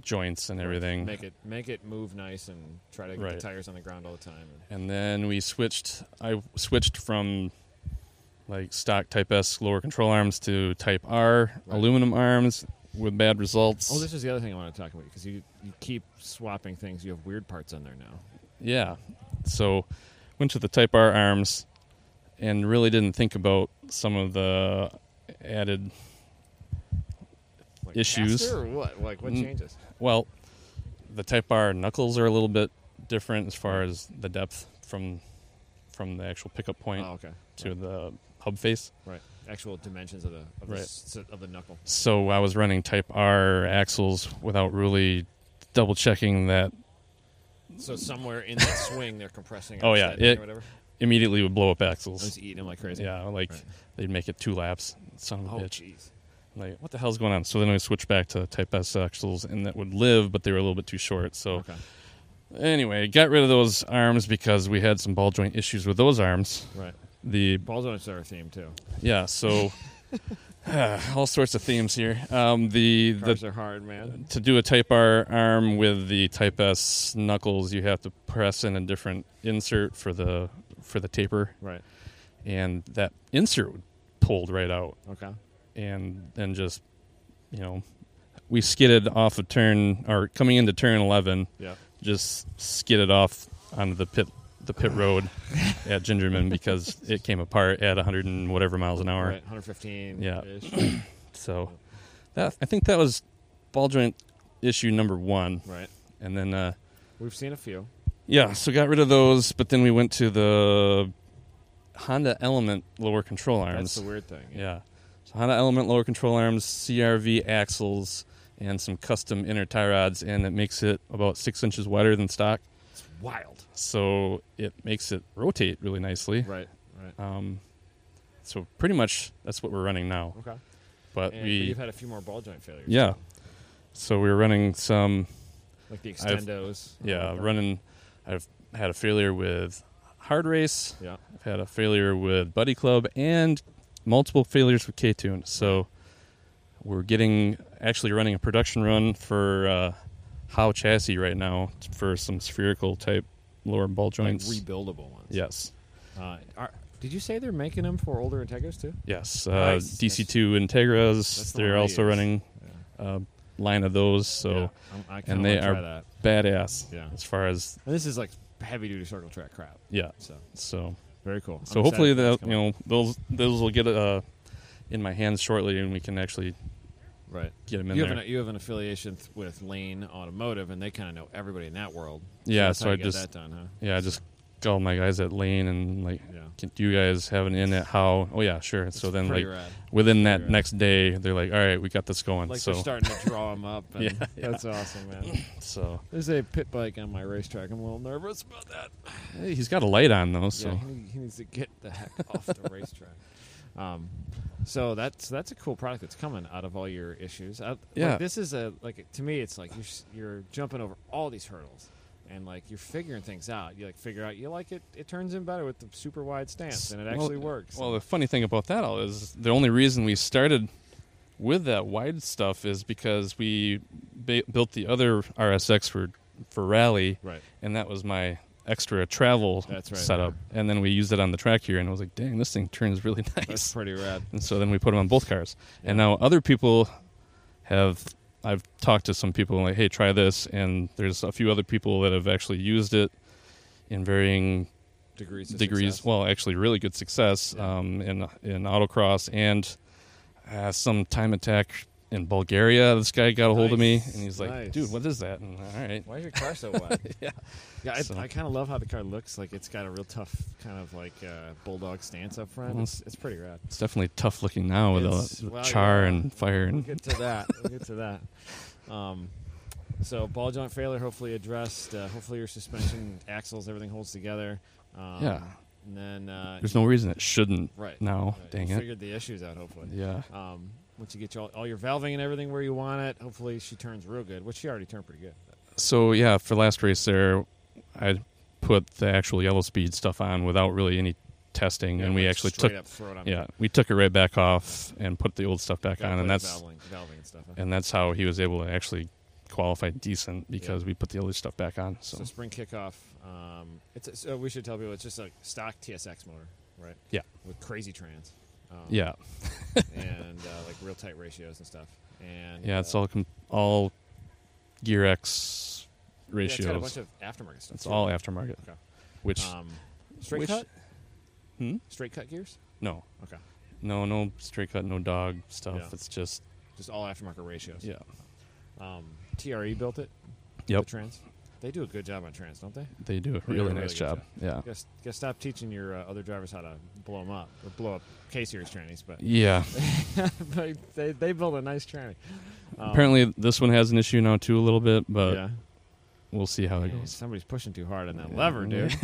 S1: joints and everything.
S3: Make it make it move nice and try to get the
S1: Right.
S3: tires on the ground all the time.
S1: and then we switched i switched from like stock type s lower control arms to type r
S3: Right.
S1: aluminum arms with bad results
S3: Oh, this is the other thing I want to talk about because you, you keep swapping things. You have weird parts on there now.
S1: yeah so went to the type r arms and really didn't think about some of the added
S3: Like
S1: Issues.
S3: faster or what? Like what
S1: Mm.
S3: changes?
S1: well the type r knuckles are a little bit different as far as the depth from from the actual pickup point
S3: Oh, okay.
S1: to the hub face
S3: Right. Actual dimensions of the of,
S1: Right.
S3: the, s- of the knuckle.
S1: so I was running Type R axles without really double checking that
S3: So somewhere in
S1: <laughs>
S3: that swing, they're compressing.
S1: Oh,
S3: or
S1: yeah,
S3: setting
S1: it-
S3: or whatever.
S1: immediately would blow up
S3: I was
S1: axles.
S3: eating them like crazy.
S1: Yeah, like
S3: Right.
S1: they'd make it two laps. Son of
S3: Oh
S1: a bitch.
S3: jeez.
S1: Like what the hell's going on? So then I switched back to Type S axles, and that would live, but they were a little bit too short. So
S3: Okay.
S1: anyway, got rid of those arms because we had some ball joint issues with those arms.
S3: Right.
S1: the
S3: Balls on our theme too.
S1: yeah.
S3: <laughs>
S1: So <sighs> all sorts of themes here. Um, the the
S3: Cars are hard, man.
S1: to do a Type R arm with the Type S knuckles, you have to press in a different insert for the for the taper,
S3: Right.
S1: and that insert pulled right out,
S3: Okay.
S1: and then just you know, we skidded off of turn or coming into turn eleven,
S3: Yeah.
S1: just skidded off onto the pit the
S3: <laughs>
S1: pit road at Gingerman because it came apart at 100 and whatever miles an hour.
S3: Right. 115.
S1: Yeah.
S3: -ish.
S1: So that I think that was ball joint issue number one,
S3: <coughs> right.
S1: and then. uh
S3: We've seen a few.
S1: Yeah, so got rid of those, but then we went to the Honda Element lower control
S3: That's
S1: arms.
S3: the weird thing.
S1: yeah. So Honda Element lower control arms, CRV axles, and some custom inner tie rods, and it makes it about six inches wider than stock.
S3: It's wild.
S1: So it makes it rotate really nicely.
S3: Right. Right.
S1: Um, so pretty much that's what we're running now.
S3: Okay.
S1: But
S3: And
S1: we,
S3: you've had a few more ball joint failures.
S1: yeah.
S3: too,
S1: So we were running some
S3: Like the
S1: I've-
S3: extendos.
S1: Yeah,
S3: Oh, Okay.
S1: running. I've had a failure with Hard Race.
S3: Yeah.
S1: I've had a failure with Buddy Club and multiple failures with K Tune. So we're getting actually running a production run for uh, How chassis right now for some spherical type lower ball
S3: Like
S1: joints.
S3: rebuildable ones.
S1: yes,
S3: Uh, are, did you say they're making them for older Integras too?
S1: yes. Uh,
S3: Nice.
S1: DC2 Integras.
S3: that's the one
S1: they're
S3: I
S1: also
S3: use.
S1: running a line of those. So
S3: I'm- I kinda
S1: and they
S3: wanna try
S1: are-
S3: That.
S1: badass.
S3: Yeah.
S1: As far as
S3: And this is like heavy duty circle track crap.
S1: yeah.
S3: So
S1: So
S3: very cool.
S1: So hopefully that you know those those will get uh, in my hands shortly, and we can actually
S3: right.
S1: get them in
S3: You have,
S1: there.
S3: an, you have an affiliation th- with Lane Automotive, and they kind of know everybody in that world.
S1: Yeah,
S3: that's
S1: so
S3: how
S1: I
S3: you get
S1: just-
S3: that done, huh?
S1: yeah, I just got all my guys at Lane and like,
S3: Yeah,
S1: can, do you guys have an in at how? Oh yeah, sure. so
S3: It's
S1: then
S3: pretty
S1: like
S3: rad.
S1: within that
S3: rad.
S1: next day, they're like, all right, we got this going.
S3: like
S1: so
S3: they're starting to draw them
S1: <laughs>
S3: up. And
S1: Yeah, yeah.
S3: that's awesome, man.
S1: so
S3: There's a pit bike on my racetrack. I'm a little nervous about that.
S1: Hey, he's got a light on though. So
S3: Yeah, he, he needs to get the heck off the
S1: <laughs>
S3: racetrack. Um, so that's that's a cool product that's coming out of all your issues. I,
S1: Yeah.
S3: like, this is a like to me, it's like you're s- you're jumping over all these hurdles, and like you're figuring things out. You like figure out you like it. It turns in better with the super wide stance, and it
S1: Well,
S3: actually works.
S1: well, the funny thing about that all is the only reason we started with that wide stuff is because we ba- built the other RSX for for rally. <laughs>
S3: right.
S1: and that was my extra travel
S3: That's right.
S1: setup. And then we used it on the track here, and I was like, "Dang, this thing turns really <laughs>
S3: That's
S1: nice."
S3: pretty rad.
S1: And so then we put them on both cars.
S3: Yeah.
S1: And now other people have. I've talked to some people like, "Hey, try this," and there's a few other people that have actually used it in varying
S3: Degrees. Of
S1: degrees.
S3: success.
S1: Well, actually, really good success
S3: Yeah.
S1: um, in in autocross and uh, some time attack in Bulgaria. This guy got a hold of me,
S3: Nice,
S1: and he's like,
S3: nice.
S1: "Dude, what is that?" And all right,
S3: Why is your car so wide?
S1: <laughs> Yeah.
S3: yeah. I,
S1: So-
S3: I kind of love how the car looks. Like it's got a real tough kind of like uh, bulldog stance up front.
S1: Well,
S3: It's, it's pretty rad.
S1: It's definitely tough looking now with all
S3: It's-
S1: that
S3: well,
S1: char
S3: yeah.
S1: and fire
S3: We'll
S1: and
S3: get to that. We'll get to that. Um, so ball joint failure, hopefully addressed. Uh, hopefully your suspension, axles, everything holds together. Um,
S1: Yeah.
S3: And then uh,
S1: there's no reason it shouldn't
S3: right
S1: now.
S3: right.
S1: Dang
S3: you
S1: it.
S3: Figured the issues out. Hopefully.
S1: Yeah.
S3: Um, once you get your, all your valving and everything where you want it, hopefully she turns real good. Which she already turned pretty good.
S1: So yeah, for last race there, I put the actual yellow speed stuff on without really any testing, and we
S3: Like,
S1: actually
S3: straight
S1: took
S3: up throw it on.
S1: yeah we took it right back off and put the old stuff back
S3: Gotta
S1: on,
S3: play
S1: and
S3: the
S1: that's
S3: valving, valving and stuff. huh?
S1: and that's how he was able to actually qualify decent because we put the other stuff back on.
S3: So,
S1: So
S3: spring kickoff. Um, it's so we should tell people it's just a stock TSX motor, right?
S1: Yeah.
S3: With crazy trans. Um,
S1: yeah,
S3: and uh, like real tight ratios and stuff. And
S1: yeah, it's
S3: uh,
S1: all com- all gear X
S3: yeah, it's got a
S1: ratios.
S3: bunch of aftermarket stuff.
S1: It's
S3: too.
S1: all aftermarket,
S3: Okay.
S1: which
S3: um, straight
S1: which-
S3: cut,
S1: hmm?
S3: straight cut gears.
S1: no,
S3: Okay,
S1: No, no straight cut, no dog stuff.
S3: Yeah.
S1: It's just
S3: just all aftermarket ratios.
S1: yeah.
S3: Um, TRE built it.
S1: Yep.
S3: The trans. They do a good job on trans, don't they? You
S1: They do
S3: They
S1: a
S3: do a
S1: really
S3: really
S1: nice
S3: good
S1: job.
S3: job.
S1: Yeah.
S3: gotta, you gotta stop teaching your uh, other drivers how to blow them up or blow up K series trannies, but
S1: Yeah.
S3: <laughs> they, they they build a nice tranny. Um,
S1: Apparently this one has an issue now too a little bit, but
S3: yeah.
S1: we'll see how it
S3: Man,
S1: goes.
S3: somebody's pushing too hard on that
S1: Yeah.
S3: lever,
S1: <laughs>
S3: dude.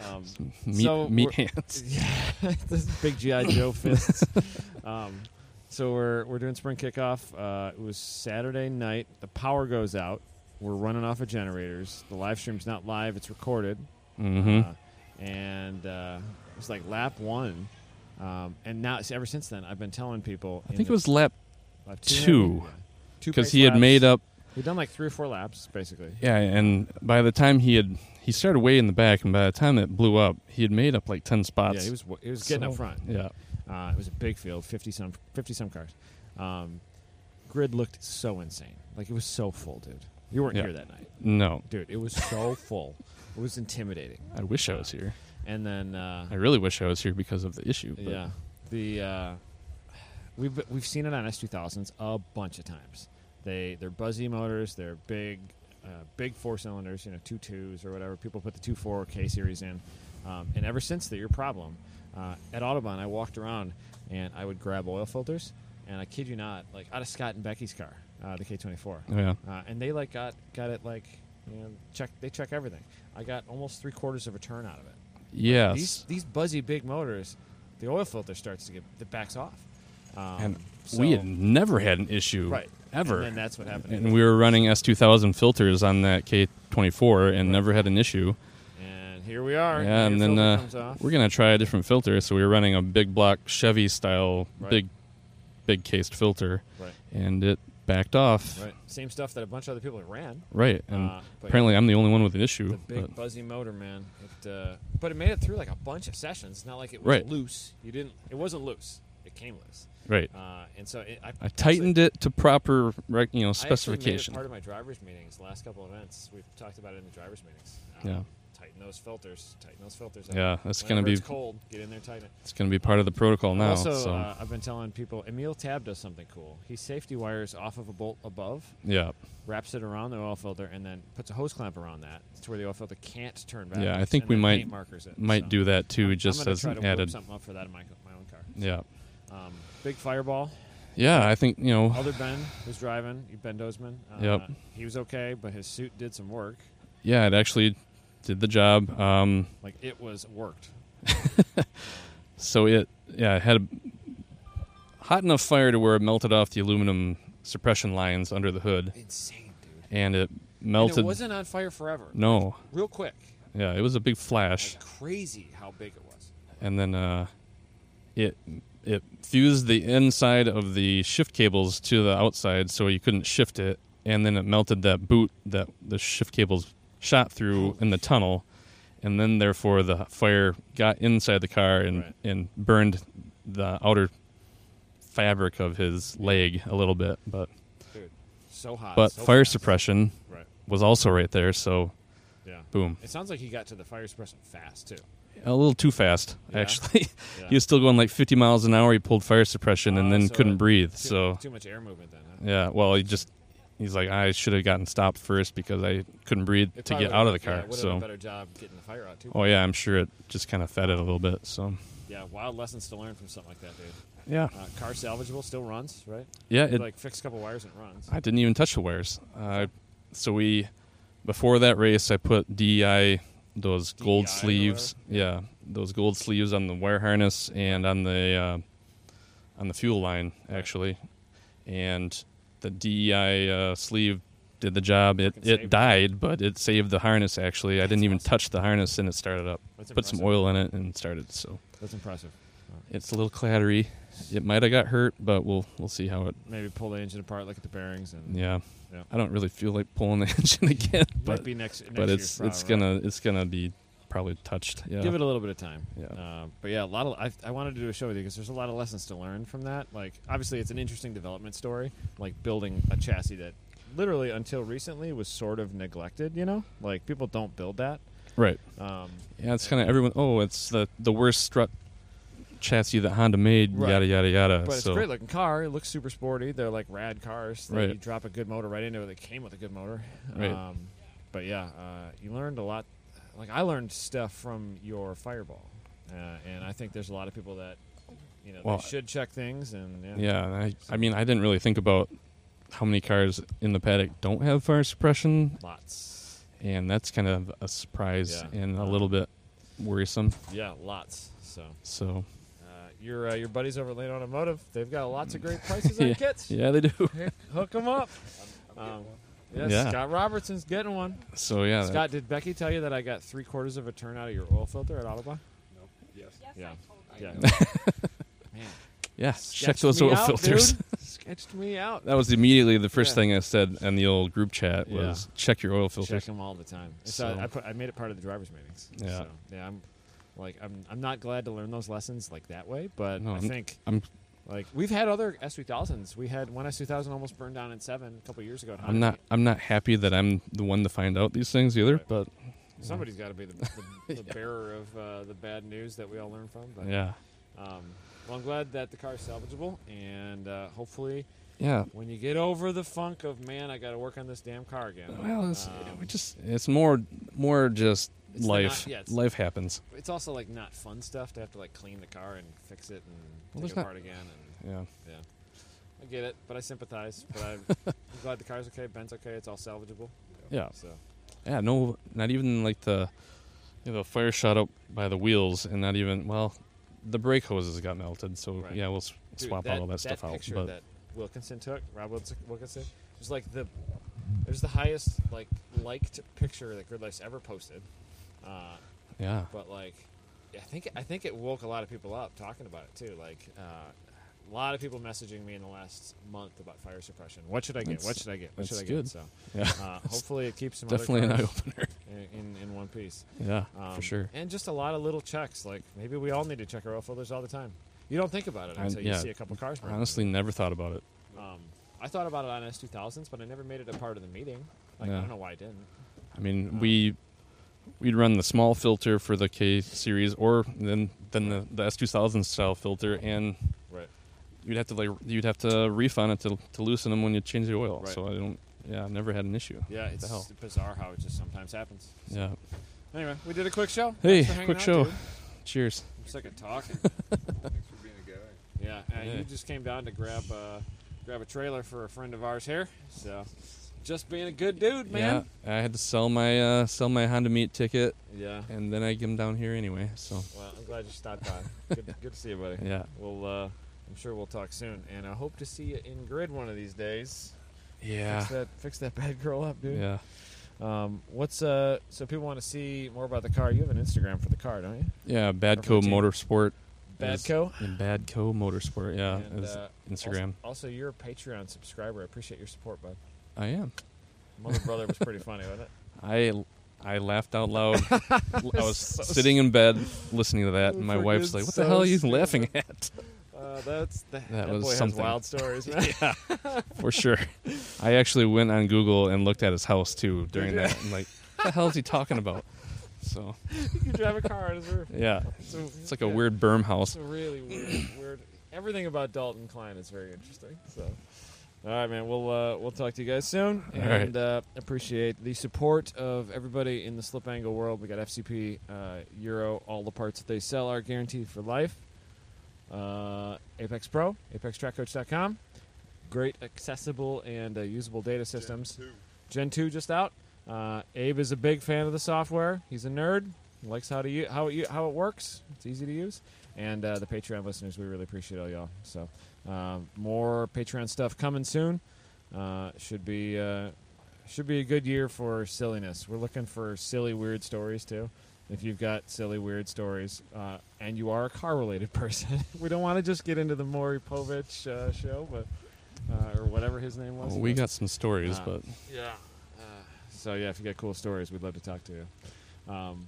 S3: um,
S1: Meat,
S3: So
S1: meat
S3: we're- <laughs>
S1: hands.
S3: Yeah, this big GI Joe
S1: <laughs>
S3: fists. um, so we're we're doing spring kickoff. Uh, it was Saturday night. The power goes out. We're running off of Uh, generators. The live stream's not live; it's recorded.
S1: Mm-hmm.
S3: Uh, and uh, It was like lap one, um, and now ever since then I've been telling people.
S1: I think it was lap
S3: lap
S1: two, because he had made up.
S3: We've done like three or four laps basically.
S1: Yeah, and by the time he had he started way in the back, and by the time it blew up, he had made up like ten spots.
S3: Yeah, he was w- he was getting
S1: So,
S3: up front.
S1: Yeah,
S3: Uh, it was a big field, fifty some fifty some cars. Um, grid looked so insane. Like it was so full, dude. You weren't
S1: Yeah.
S3: here that night,
S1: no,
S3: dude. It was so full. It was intimidating.
S1: I wish I was here.
S3: And then uh,
S1: I really wish I was here because of the issue. but-
S3: Yeah. The uh, we've we've seen it on S two thousands a bunch of times. They they're buzzy motors. They're big, uh, big four cylinders. You know, two twos or whatever. People put the two four K series in, um, and ever since they're your problem. Uh, at Audubon, I walked around and I would grab oil filters, and I kid you not, like out of Scott and Becky's car, uh, the K twenty four.
S1: Oh, yeah.
S3: Uh, and they like got got it like you know check they check everything. I got almost three quarters of a turn out of it.
S1: Yes.
S3: These these buzzy big motors, the oil filter starts to get the backs off. Um,
S1: and
S3: so-
S1: we had never had an issue
S3: right
S1: ever.
S3: and then that's what happened.
S1: and we were running S2000 filters on that K24 and never had an issue.
S3: And here we are.
S1: Yeah, and
S3: your
S1: then
S3: filter
S1: uh,
S3: comes off.
S1: we're gonna try a different filter. So we were running a big block Chevy style,
S3: Right.
S1: big, big cased filter,
S3: right,
S1: and it backed off.
S3: right. Same stuff that a bunch of other people ran.
S1: Right, and
S3: Uh, but-
S1: apparently I'm the only one with an issue.
S3: The big
S1: but
S3: buzzy motor, man. It, uh, but it made it through like a bunch of sessions. It's not like it was
S1: Right.
S3: loose. You didn't. It wasn't loose. It came loose.
S1: right,
S3: Uh, and so it, I,
S1: I tightened it to proper, rec- you know,
S3: I actually
S1: specification.
S3: made it part of my driver's meetings. The last couple events, we've talked about it in the driver's meetings. Um,
S1: Yeah.
S3: Tighten those filters. Tighten those filters.
S1: Yeah, that's
S3: Whenever
S1: gonna be-
S3: it's cold. Get in there, tighten it.
S1: It's gonna be part of the protocol now.
S3: also,
S1: so
S3: uh, I've been telling people Emil Tab does something cool. He safety wires off of a bolt above,
S1: yeah,
S3: wraps it around the oil filter, and then puts a hose clamp around that to where the oil filter can't turn back.
S1: I think we might-
S3: markers it,
S1: might
S3: So
S1: do that too,
S3: I'm
S1: just
S3: gonna
S1: as
S3: try
S1: an
S3: to whip
S1: added.
S3: something up for that in my, my own car.
S1: Yeah,
S3: Um, big fireball.
S1: yeah. I think you know.
S3: Other Ben was driving. Ben Dozman. Uh,
S1: Yep.
S3: He was okay, but his suit did some work.
S1: Yeah, it actually did the job. Um,
S3: Like it was worked.
S1: So it yeah it had a hot enough fire to where it melted off the aluminum suppression lines under the hood,
S3: Insane, dude.
S1: and it
S3: And
S1: melted.
S3: it wasn't on fire forever.
S1: no,
S3: Real quick.
S1: yeah, it was a big flash,
S3: Like crazy how big it was.
S1: and then uh, it it fused the inside of the shift cables to the outside, so you couldn't shift it, and then it melted that boot that the shift cables shot through in the tunnel, and then therefore the fire got inside the car and
S3: Right.
S1: and burned the outer fabric of his leg a little bit, but
S3: Dude. So hot.
S1: but
S3: so
S1: fire
S3: fast.
S1: suppression
S3: Right.
S1: was also right there, so
S3: Yeah.
S1: boom,
S3: It sounds like he got to the fire suppression fast too.
S1: a little too fast
S3: Yeah.
S1: actually.
S3: Yeah.
S1: <laughs> he was still going like 50 miles an hour. He pulled fire suppression and
S3: Ah,
S1: then
S3: so
S1: couldn't
S3: it-
S1: breathe.
S3: too,
S1: So
S3: too much air movement then. Huh?
S1: yeah, well, he just he's like I should have gotten stopped first because I couldn't breathe
S3: It
S1: to
S3: probably
S1: get out of the
S3: would've- yeah,
S1: car.
S3: it would've done a
S1: so
S3: better job getting the fire out too.
S1: oh yeah, I'm sure it just kind of fed it a little bit. So
S3: Yeah. Wild lessons to learn from something like that, dude.
S1: yeah,
S3: Uh, car salvageable still runs, right?
S1: yeah. It,
S3: like fix a couple wires and it runs.
S1: I didn't even touch the wires. Uh, so we before that race, I put DEI those gold
S3: DEI or
S1: sleeves. Yeah, those gold sleeves on the wire harness and on the uh, on the fuel line actually, and the DEI uh, sleeve did the job. It
S3: Fucking
S1: it
S3: saved.
S1: died, but it saved the harness. Actually, I didn't even
S3: awesome.
S1: touch the harness, and it started up.
S3: That's
S1: Put some
S3: impressive.
S1: oil in it and started. So
S3: That's impressive.
S1: it's a little clattery. It might have got hurt, but we'll we'll see how it.
S3: Maybe pull the engine apart, look at the bearings, and
S1: Yeah,
S3: Yeah.
S1: I don't really feel like pulling the <laughs> engine again, but
S3: might be next. next
S1: but
S3: year's
S1: it's
S3: trial
S1: it's
S3: run.
S1: gonna it's gonna be probably touched. Yeah.
S3: give it a little bit of time.
S1: Yeah.
S3: Uh, but yeah, a lot of I, I wanted to do a show with you because there's a lot of lessons to learn from that. Like obviously, it's an interesting development story, like building a chassis that literally until recently was sort of neglected. You know, like people don't build that.
S1: right.
S3: Um,
S1: Yeah, it's kind of everyone. Oh, it's the the worst strut chassis that Honda made.
S3: Right.
S1: Yada yada yada.
S3: but it's
S1: so
S3: a great looking car. It looks super sporty. They're like rad cars. They,
S1: Right.
S3: You drop a good motor right into it. They came with a good motor.
S1: Right.
S3: Um, but yeah, uh, you learned a lot. Like I learned stuff from your Fireball, uh, and I think there's a lot of people that you know
S1: Well,
S3: they should check things and yeah.
S1: yeah, and I I mean I didn't really think about how many cars in the paddock don't have fire suppression,
S3: Lots.
S1: and that's kind of a surprise
S3: Yeah.
S1: and a little bit worrisome.
S3: Yeah, lots. So
S1: So
S3: uh, your uh, your buddies over at Lane Automotive, they've got lots of great prices on
S1: Mm. <laughs> Yeah.
S3: kits.
S1: yeah, they do.
S3: Hook them up. Um, yeah,
S1: Yeah. Oh,
S3: Scott Robertson's getting one.
S1: So yeah, that-
S3: Scott, did Becky tell you that I got three quarters of a turn out of your oil filter at Autobahn?
S4: Yes.
S3: Yeah.
S4: I
S3: Yeah.
S4: know.
S3: Man,
S1: Yeah, <laughs> check
S3: sketched
S1: those
S3: me
S1: oil
S3: out,
S1: filters.
S3: dude. Sketched me out.
S1: That was immediately the first
S3: Yeah.
S1: thing I said in the old group chat
S3: Yeah.
S1: was check your oil
S3: Check
S1: filters.
S3: them all the time. So,
S1: So-
S3: I, put, I made it part of the drivers' meetings.
S1: Yeah.
S3: So, yeah. I'm like I'm I'm not glad to learn those lessons like that way, but
S1: No,
S3: I
S1: I'm-
S3: think
S1: I'm
S3: like we've had other S two thousands. We had one S two thousand almost burned down in seven a couple years ago. at
S1: I'm not
S3: Hunter.
S1: I'm not happy that I'm the one to find out these things either,
S3: Right.
S1: but
S3: Somebody's got to be the,
S1: <laughs>
S3: the, the bearer of uh, the bad news that we all learn from. But
S1: yeah.
S3: um, well, I'm glad that the car is salvageable, and uh, hopefully
S1: Yeah.
S3: when you get over the funk of man, I got to work on this damn car again.
S1: Well, it's
S3: Um,
S1: we just it's more more just
S3: It's the not-
S1: life.
S3: yeah, it's-
S1: life happens.
S3: it's also like not fun stuff to have to like clean the car and fix it and
S1: Well,
S3: take
S1: there's
S3: it
S1: not-
S3: apart again. And
S1: Yeah.
S3: yeah, I get it, but I sympathize. But
S1: <laughs>
S3: I'm, I'm glad the car's okay. Ben's okay. It's all salvageable.
S1: Yeah.
S3: So
S1: Yeah, no not even like the you know, the fire shot up by the wheels and not even well the brake hoses got melted, so
S3: Right.
S1: yeah, we'll s-
S3: Dude,
S1: swap out all that, stuff out.
S3: picture
S1: But
S3: that Wilkinson took, Rob Wilkins- Wilkinson, was like the it was the highest like liked picture that Gridlife's ever posted. Uh,
S1: yeah.
S3: but like I think I think it woke a lot of people up talking about it too. Like uh, a lot of people messaging me in the last month about fire suppression. What should I get? what
S1: That's-
S3: should I get? What should I
S1: that's
S3: get?
S1: good.
S3: So
S1: Yeah. <laughs>
S3: uh, hopefully it keeps some
S1: Definitely an
S3: other
S1: eye
S3: cars
S1: opener.
S3: in, in in one piece
S1: Yeah,
S3: Um,
S1: for sure.
S3: and just a lot of little checks. Like maybe we all need to check our oil filters all the time. You don't think about it
S1: I-
S3: until you
S1: yeah.
S3: see a couple cars. burn.
S1: Honestly, never thought about it.
S3: um, I thought about it on S two thousands, but I never made it a part of the meeting. Like I
S1: Yeah.
S3: don't know why I didn't.
S1: I mean,
S3: Um,
S1: we we'd run the small filter for the K series, or then then the, the S2000 style filter, and
S3: Right.
S1: you'd have to like you'd have to refine it to, to loosen them when you change the oil.
S3: Right.
S1: So I don't. Yeah, I've never had an issue.
S3: Yeah, it's
S1: hell?
S3: bizarre how it just sometimes happens. So
S1: Yeah.
S3: Anyway, we did a quick show.
S1: Hey,
S3: Thanks for hanging
S1: quick
S3: out,
S1: show.
S3: dude.
S1: Cheers.
S3: I'm sick of
S1: <laughs>
S3: talking.
S4: Thanks for being a guy.
S3: yeah, uh,
S1: Yeah.
S3: you just came down to grab uh, grab a trailer for a friend of ours here. So, just being a good dude, man.
S1: Yeah, I had to sell my uh, sell my Honda Meet ticket,
S3: Yeah.
S1: and then I came down here anyway. So
S3: Well, I'm glad you stopped by.
S1: <laughs>
S3: Good, good to see you, buddy.
S1: yeah,
S3: We'll, uh, I'm sure we'll talk soon, and I hope to see you in grid one of these days.
S1: yeah,
S3: Fix that, fix that bad girl up, dude.
S1: yeah.
S3: Um, what's uh? So people want to see more about the car. You have an Instagram for the car, don't you?
S1: Yeah,
S3: Perfect
S1: Badco
S3: team.
S1: Motorsport. is-
S3: Badco.
S1: and Badco Motorsport. Yeah,
S3: And,
S1: is
S3: uh,
S1: Instagram.
S3: Also, also, you're a Patreon subscriber. I appreciate your support, bud.
S1: I am.
S3: Mother brother was pretty funny, wasn't it?
S1: I I laughed
S3: <laughs>
S1: out loud. I was
S3: So
S1: sitting in bed listening to that, and my
S3: Freaking
S1: wife's like, "What
S3: so
S1: the hell are you
S3: stupid.
S1: laughing at?"
S3: Uh, that's that,
S1: That
S3: that
S1: was
S3: boy has
S1: something.
S3: wild
S1: <laughs>
S3: stories, man. <laughs>
S1: For sure. I actually went on Google and looked at his house too during
S3: Did ya?
S1: that. I'm like, "What the hell is he talking about?" So
S3: you can drive a car out of his roof.
S1: yeah, it's like a weird berm house.
S3: It's a really weird, <clears throat> weird. Everything about Dalton Klein is very interesting. So, all right, man. We'll uh, we'll talk to you guys soon,
S1: All right.
S3: and uh, appreciate the support of everybody in the slip angle world. We got FCP uh, Euro. All the parts that they sell are guaranteed for life. Uh, Apex Pro, ApexTrackCoach.com. Great accessible and uh, usable data systems.
S4: Two.
S3: Gen 2 just out. Uh, Abe is a big fan of the software. He's a nerd. He likes how to u- how it u- how it works. It's easy to use. And uh, the Patreon listeners, we really appreciate all y'all. So um, more Patreon stuff coming soon. Uh, should be uh, should be a good year for silliness. We're looking for silly, weird stories too. If you've got silly, weird stories, uh, and you are a car-related <laughs> person, we don't want to just get into the Maury Povich uh, show, but uh, or whatever his name was.
S1: Well, we got some stories,
S3: Ah.
S1: but
S3: Yeah. Uh, so yeah, if you got cool stories, we'd love to talk to you. Um,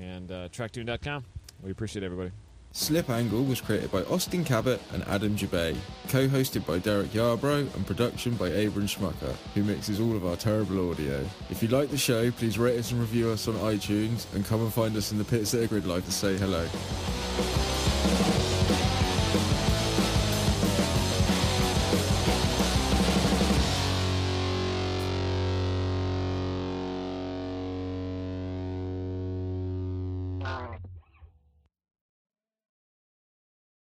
S3: and uh, trackdune.com. We appreciate everybody.
S5: Slip Angle was created by Austin Cabot and Adam Jabay, co-hosted by Derek Yarbrough and production by Abram Schmucker, who mixes all of our terrible audio. If you like the show, please rate us and review us on iTunes and come and find us in the pits at a grid life to say hello.